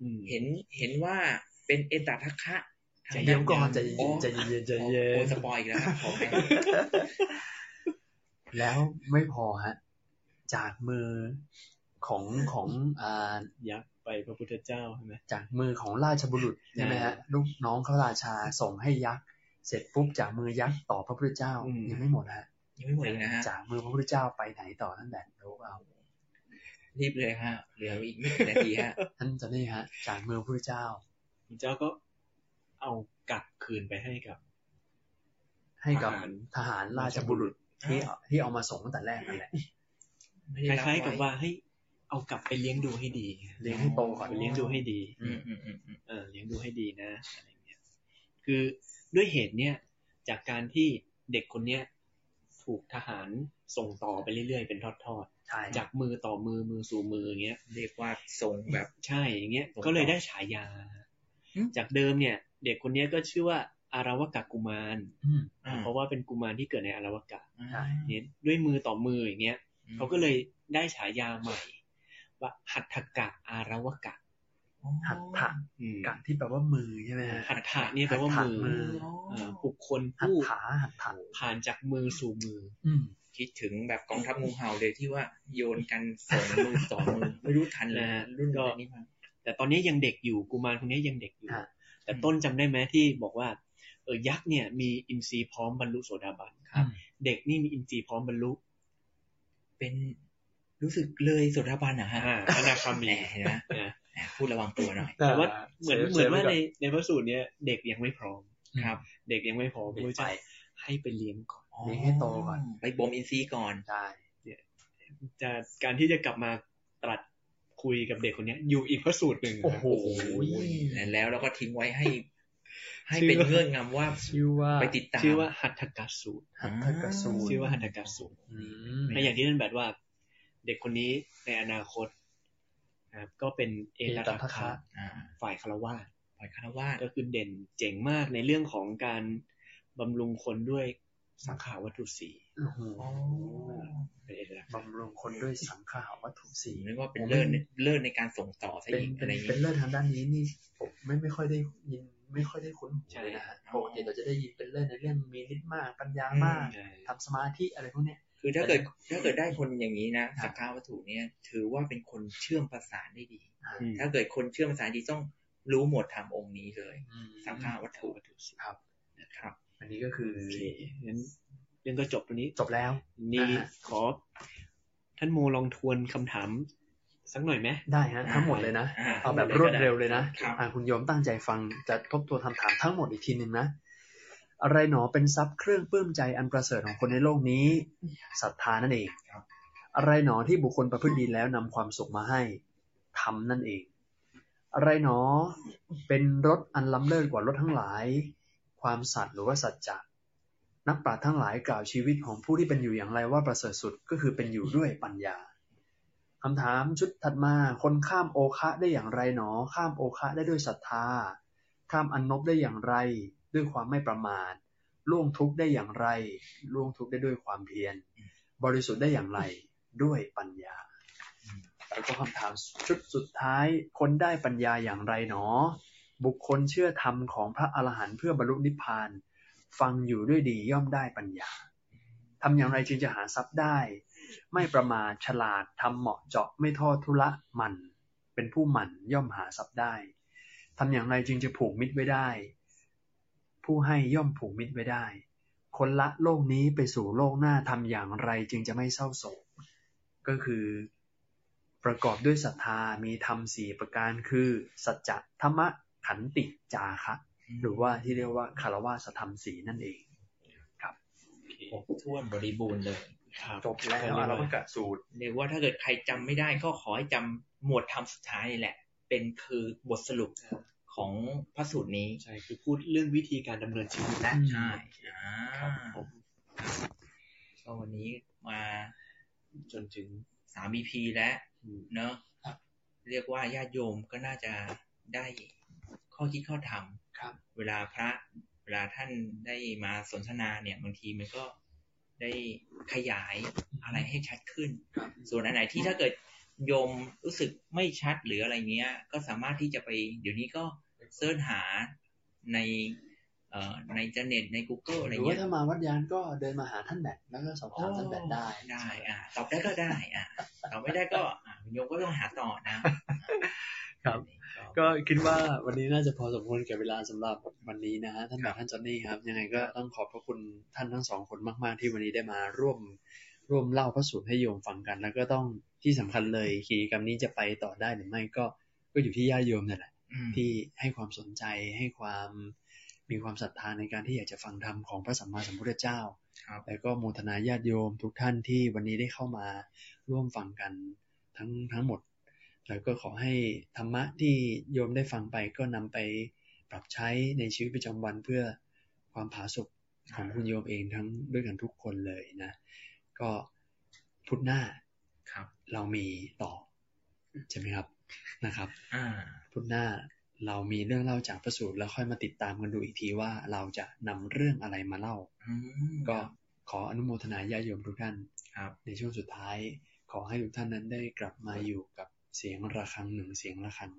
D: อืม
B: เห็นเห็นว่าเป็นเอตทัคคะทาง
C: ใจเย็นก่อนใจ
B: อ๋
C: เย็
B: อน
C: ใจเย็นใจเย็
B: โอ้
C: น
B: สปอยอีกแล้วครับขอให้
C: แล้วไม่พอฮะ จากมือของของอ่า
D: ยักษ์ไปพระพุทธเจ้าใช่ไหม
C: จากมือของราชบุรุษใช่ไหมฮะลูกน้องพระราชาส่งให้ยักษ์เสร็จปุ๊บจากมือยักษ์ต่อพระพุทธเจ้า
D: อืม
C: ยังไม่หมดฮะ
B: ยังไม่หมดเลยนะฮะ
C: [laughs] จากมือพระพุทธเจ้าไปไหนต่อท่านแดนรู้เอา
B: รีบเลยฮะเหลืออีกไม่กี่นาทีฮะ
C: ท่านจะนี่ฮะ จากมือพระพุทธเจ้า
D: พระเจ้าก็เอากลับคืนไปให้กับ
C: ให้กับ
D: ทหาร
C: ทหารราชบุรุษที่เอาที่เอามาส่งตั้งแต่แรกนั่นแหละ
B: ไม่
D: ค
B: ได้รับ
D: ล้ายๆกับ
B: ไ
D: ว่าให้ยเอากลับไปเลี้ยงดูให้ดี
C: เลี้ยงให้โตก่อน
D: เลี้ยงดูให้ดี
B: อืมอืมอืมอืม
D: เออเลี้ยงดูให้ดีนะอะไรเงี้ยคือด้วยเหตุเนี้ยจากการที่เด็กคนเนี้ยถูกทหารส่งต่อไปเรื่อยๆ เป็นทอด
C: ใช่
D: ๆ จากมือต่อมือมือสู่มืออย่างเงี้ย
B: เรียกว่าทรงแบบ
D: ใช่อย่างเงี้ย
B: ส่งต่อ
D: ก็เลยได้ฉายา
B: หึ
D: จากเดิมเนี่ย เด็กคนเนี้ยก็ชื่อว่าอาราวกะกุมาร
C: อืม
B: อ่า
D: เพราะว่าเป็นกุมารที่เกิดในอาราวกะ
B: อ่า
C: ใช่
D: เนี่ยด้วยมือต่อมืออย่างเงี้ย เขาก็เลยได้ฉายาใหม่ ว่าหัตถกะอาราวกะ
C: หัตถะ
D: อืม
C: กะที่แปลว่ามือใช่ไหมฮะ
D: หัตถะเนี่ยแปลว่า
C: หัตถะ
D: มือ
C: มือ
D: เอ่อบุคคล
C: หัต
D: ผู้
C: ถาหัตถะ
D: ผ่านจากมือสู่มือ
C: อืม
B: คิดถึงแบบกองทัพงูเห่าเลยที่ว่าโยนกันสองมือต่อมือไม่รู้ทันเลย
D: นะฮะ
B: รุ่น
D: ก็
B: แบบนี้มา
D: แต่ตอนนี้ยังเด็กอยู่กุมารคนนี้ยังเด็กอยู่
C: ฮะ
D: แต่ต้นจำได้ไหมที่บอกว่าเออยักษ์เนี่ยมีอินทรีย์พร้อมบรรลุโสดาบัน
C: ครับ
D: เด็กนี่มีอินทรีย์พร้อมบรร [laughs] ลุ
B: เป็นรู้สึกเลยโสดาบันนะฮะ
D: อ่าอนาคา
B: แห
D: มี
B: มเห็นไหม
D: นะ
B: แหมพูดระวังตัวหน่อย
D: แต่ว่าเหมือนเหมือนว่าในในพระสูตรเนี้ยเด็กยังไม่พร้อม
B: ครับ
D: เด็กยังไม่พร้อม
C: เด็ก
D: พระเจ้า
C: ไป
D: ให้ไปเลี้ยงก่อน
C: เลี้ยงให้โตก่อน
B: ไปบ่มอินทรีย์ก่อน
C: ใช่
D: จะการที่จะกลับมาตรัสคุยกับเด็กคนเนี้ย อยู่อีกพระสูตรหนึ่งนะ
C: โอ้โห
B: แล้วเราก็ทิ้งไว้ให้ ให้
D: ชื่อ
B: เป็นเงื่อนงำว่า
C: ชื่อว่า
B: ไปติดตาม
D: ชื่อว่าหัตถกสูตร
C: หัตถกสูตร
D: ชื่อว่าหัตถกสูตร
C: อืม
D: และอย่างที่ท่านแบบว่า เด็กคนนี้ในอนาคตนะครับก็เป็นเอ
C: เอ
D: ต
C: ต
D: ทั
C: ทั
D: ค
C: ค
D: คะ
C: คะ
B: อ่า
D: ฝ่ายคารวาส
B: ปล่อยคารวาส
D: ก็คือเด่นเจ๋งมากในเรื่องของการบำรุงคนด้วยสังขาวัตถุสี
C: โอ้โห
D: เป็นเอตทัคคะ
C: บำรุงคนด้วยสังขารวัตถุสี
B: ผมนึกว่าเป็นเลิศในเลิศในการส่งต่อซะ
C: เป็น
B: อีก
C: เป็
B: อะ
C: น
B: ไรอย่าง
C: เป็น
B: นี้
C: เลิศทางด้านนี้นี่ผมไม่ไม่ค่อยได้ยินไม่ค่อยได้คุ้นหู
D: ใช่
C: นะฮะ
B: อ๋อ
C: ปกติเราจะได้ยินเป็นเลิศในเรื่องมีฤทธิ์มากปัญญามาก
D: ใช่
C: ทำสมาธิอะไรพวกเนี้ย
B: คือถ้าเกิดถ้าเกิดได้คนอย่างนี้นะครับ สักขาวัตถุเนี่ยถือว่าเป็นคนเชื่อมประสานได้ดี
C: อ่า
D: อืม
B: ถ้าเกิดคนเชื่อมประสานดีต้องรู้หมวดธรรมองค์นี้เลย
C: อืม
B: สังขาวัตถุ
D: วัตถุสี
C: ครับ
B: นะครับ
C: อันนี้ก็คือ
D: โอเคงั้นเรื่องก็จบตรงนี้
C: จบแล้ว
D: นี่
C: อ่าฮะ
D: ขอ ท่านโมลองทวนคำถาม สักหน่อยไหม
C: ได้ฮะทั้งหมดเลยนะ
B: อ่า
C: เอาแบบรวดเร็วเลยนะครับ อ่าคุณโยมตั้งใจฟังจะทบทวนคำถามทั้งหมดอีกทีหนึ่งนะ อะไรหนอเป็นทรัพย์เครื่องปลื้มใจอันประเสริฐของคนในโลกนี้ศรัทธานั่นเอง
B: ครับ
C: อะไรหนอที่บุคคลประพฤติดีแล้วนำความสุขมาให้ทำนั่นเอง อะไรหนอเป็นรถอันล้ำเลิศกว่ารถทั้งหลาย ความสัตย์หรือว่าสัจจะนักปราชญ์ทั้งหลายกล่าวชีวิตของผู้ที่เป็นอยู่อย่างไรว่าประเสริฐสุดก็คือเป็นอยู่ด้วยปัญญาคำถามชุดถัดมาคนข้ามโอคะได้อย่างไรหนอ ข้ามโอคะได้ด้วยศรัทธา ข้ามอันนบได้อย่างไร ด้วยความไม่ประมาทล่วงทุกข์ได้อย่างไร ล่วงทุกข์ได้ด้วยความเพียร บริสุทธิ์ได้อย่างไรด้วยปัญญา แล้วก็คำถามชุดสุดท้าย คนได้ปัญญาอย่างไรหนอ บุคคลเชื่อธรรมของพระอรหันต์เพื่อบรรลุนิพพาน ฟังอยู่ด้วยดีย่อมได้ปัญญาทำอย่างไรจึงจะหาทรัพย์ได้ ไม่ประมาทฉลาดทำเหมาะเจาะไม่ทอดทุระหมันเป็นผู้หมันย่อมหาทรัพย์ได้ทำอย่างไรจึงจะผูกมิตรไว้ได้ ผู้ให้ย่อมผูกมิตรไว้ได้ คนละโลกนี้ไปสู่โลกหน้าทำอย่างไรจึงจะไม่เศร้าโศก ก็คือประกอบด้วยศรัทธามีธรรมสี่ประการคือ สัจจะธรรมะขันติจาคะ หรือว่าที่เรียกว่าคารวะสธรรมสีนั่นเอง
B: ครบถ้วนบริบูรณ์เลย
D: ครับ
C: จบแล้วอารมกะสูตร
B: เรียกว่าถ้าเกิดใครจำไม่ได้ก็ขอให้จำหมวดธรรมสุดท้ายนี่แหละ เป็นคือบทสรุปของพระสูตรนี้
D: ใช่คือพูดเรื่องวิธีการดำเนินชีวิตนะ
B: ใช่อ่า
D: ครับผม
B: ก็วันนี้มา
D: จนถึง
B: สาม EP แล้ว
D: อืม
B: เนอะเรียกว่าญาติโยมก็น่าจะได้ข้อคิดข้อธรรม
C: ครับ
B: เวลาพระเวลาท่านได้มาสนทนาเนี่ยบางทีมันก็ได้ขยายอะไรให้ชัดขึ้น ส่วนอันไหนที่ถ้าเกิดโยมรู้สึกไม่ชัดหรืออะไรเงี้ย ก็สามารถที่จะไปเดี๋ยวนี้ก็เสิร์ชหาในเอ่อในอินเทอร์เน็ตใน Google อะไร
C: หรือ
B: เงี้
C: ว่าย ถ้ามาวัดยานก็เดินมาหาท่านแบทแล้วก็สอบถามท่านแบทได้
B: ได้อ่ะตอบได้ก็ได้อ่ะตอบไม่ได้ก็อ่ะโยมก็ต้องหาต่อนะ
C: ครับ ก็คิดว่าวันนี้น่าจะพอสมควรแก่เวลาสำหรับวันนี้นะฮะท่านแบบท่านจอนนี่ครับ ยังไงก็ต้องขอบพระคุณท่านทั้งสองคนมาก ๆ ที่วันนี้ได้มาร่วมร่วมเล่าพระสูตรให้โยมฟังกัน แล้วก็ต้องที่สำคัญเลยกิจกรรมนี้จะไปต่อได้หรือไม่ก็ก็อยู่ที่ญาติโยมนั่นแหละ
B: อืม
C: ที่ให้ความสนใจให้ความมีความศรัทธาในการที่อยากจะฟังธรรมของพระสัมมาสัมพุทธเจ้า
B: ครับ
C: แล้วก็โมทนาญาติโยมทุกท่านที่วันนี้ได้เข้ามาร่วมฟังกันทั้งทั้งหมด แล้วก็ขอให้ธรรมะที่โยมได้ฟังไปก็นำไปปรับใช้ในชีวิตประจำวันเพื่อความผาสุกของคุณโยมเองทั้งด้วยกันทุกคนเลยนะ ก็พุธหน้า
B: ครับ
C: เรามีต่อใช่ไหมครับนะครับ
B: อ่า
C: พุธหน้าเรามีเรื่องเล่าจากพระสูตรแล้วค่อยมาติดตามกันดูอีกทีว่าเราจะนำเรื่องอะไรมาเล่า
B: อืม
C: ก็ขออนุโมทนาญาติโยมทุกท่าน
B: ครับ
C: ในช่วงสุดท้าย ขอให้ทุกท่านนั้นได้กลับมาอยู่กับเสียงระฆังหนึ่งเสียงระฆัง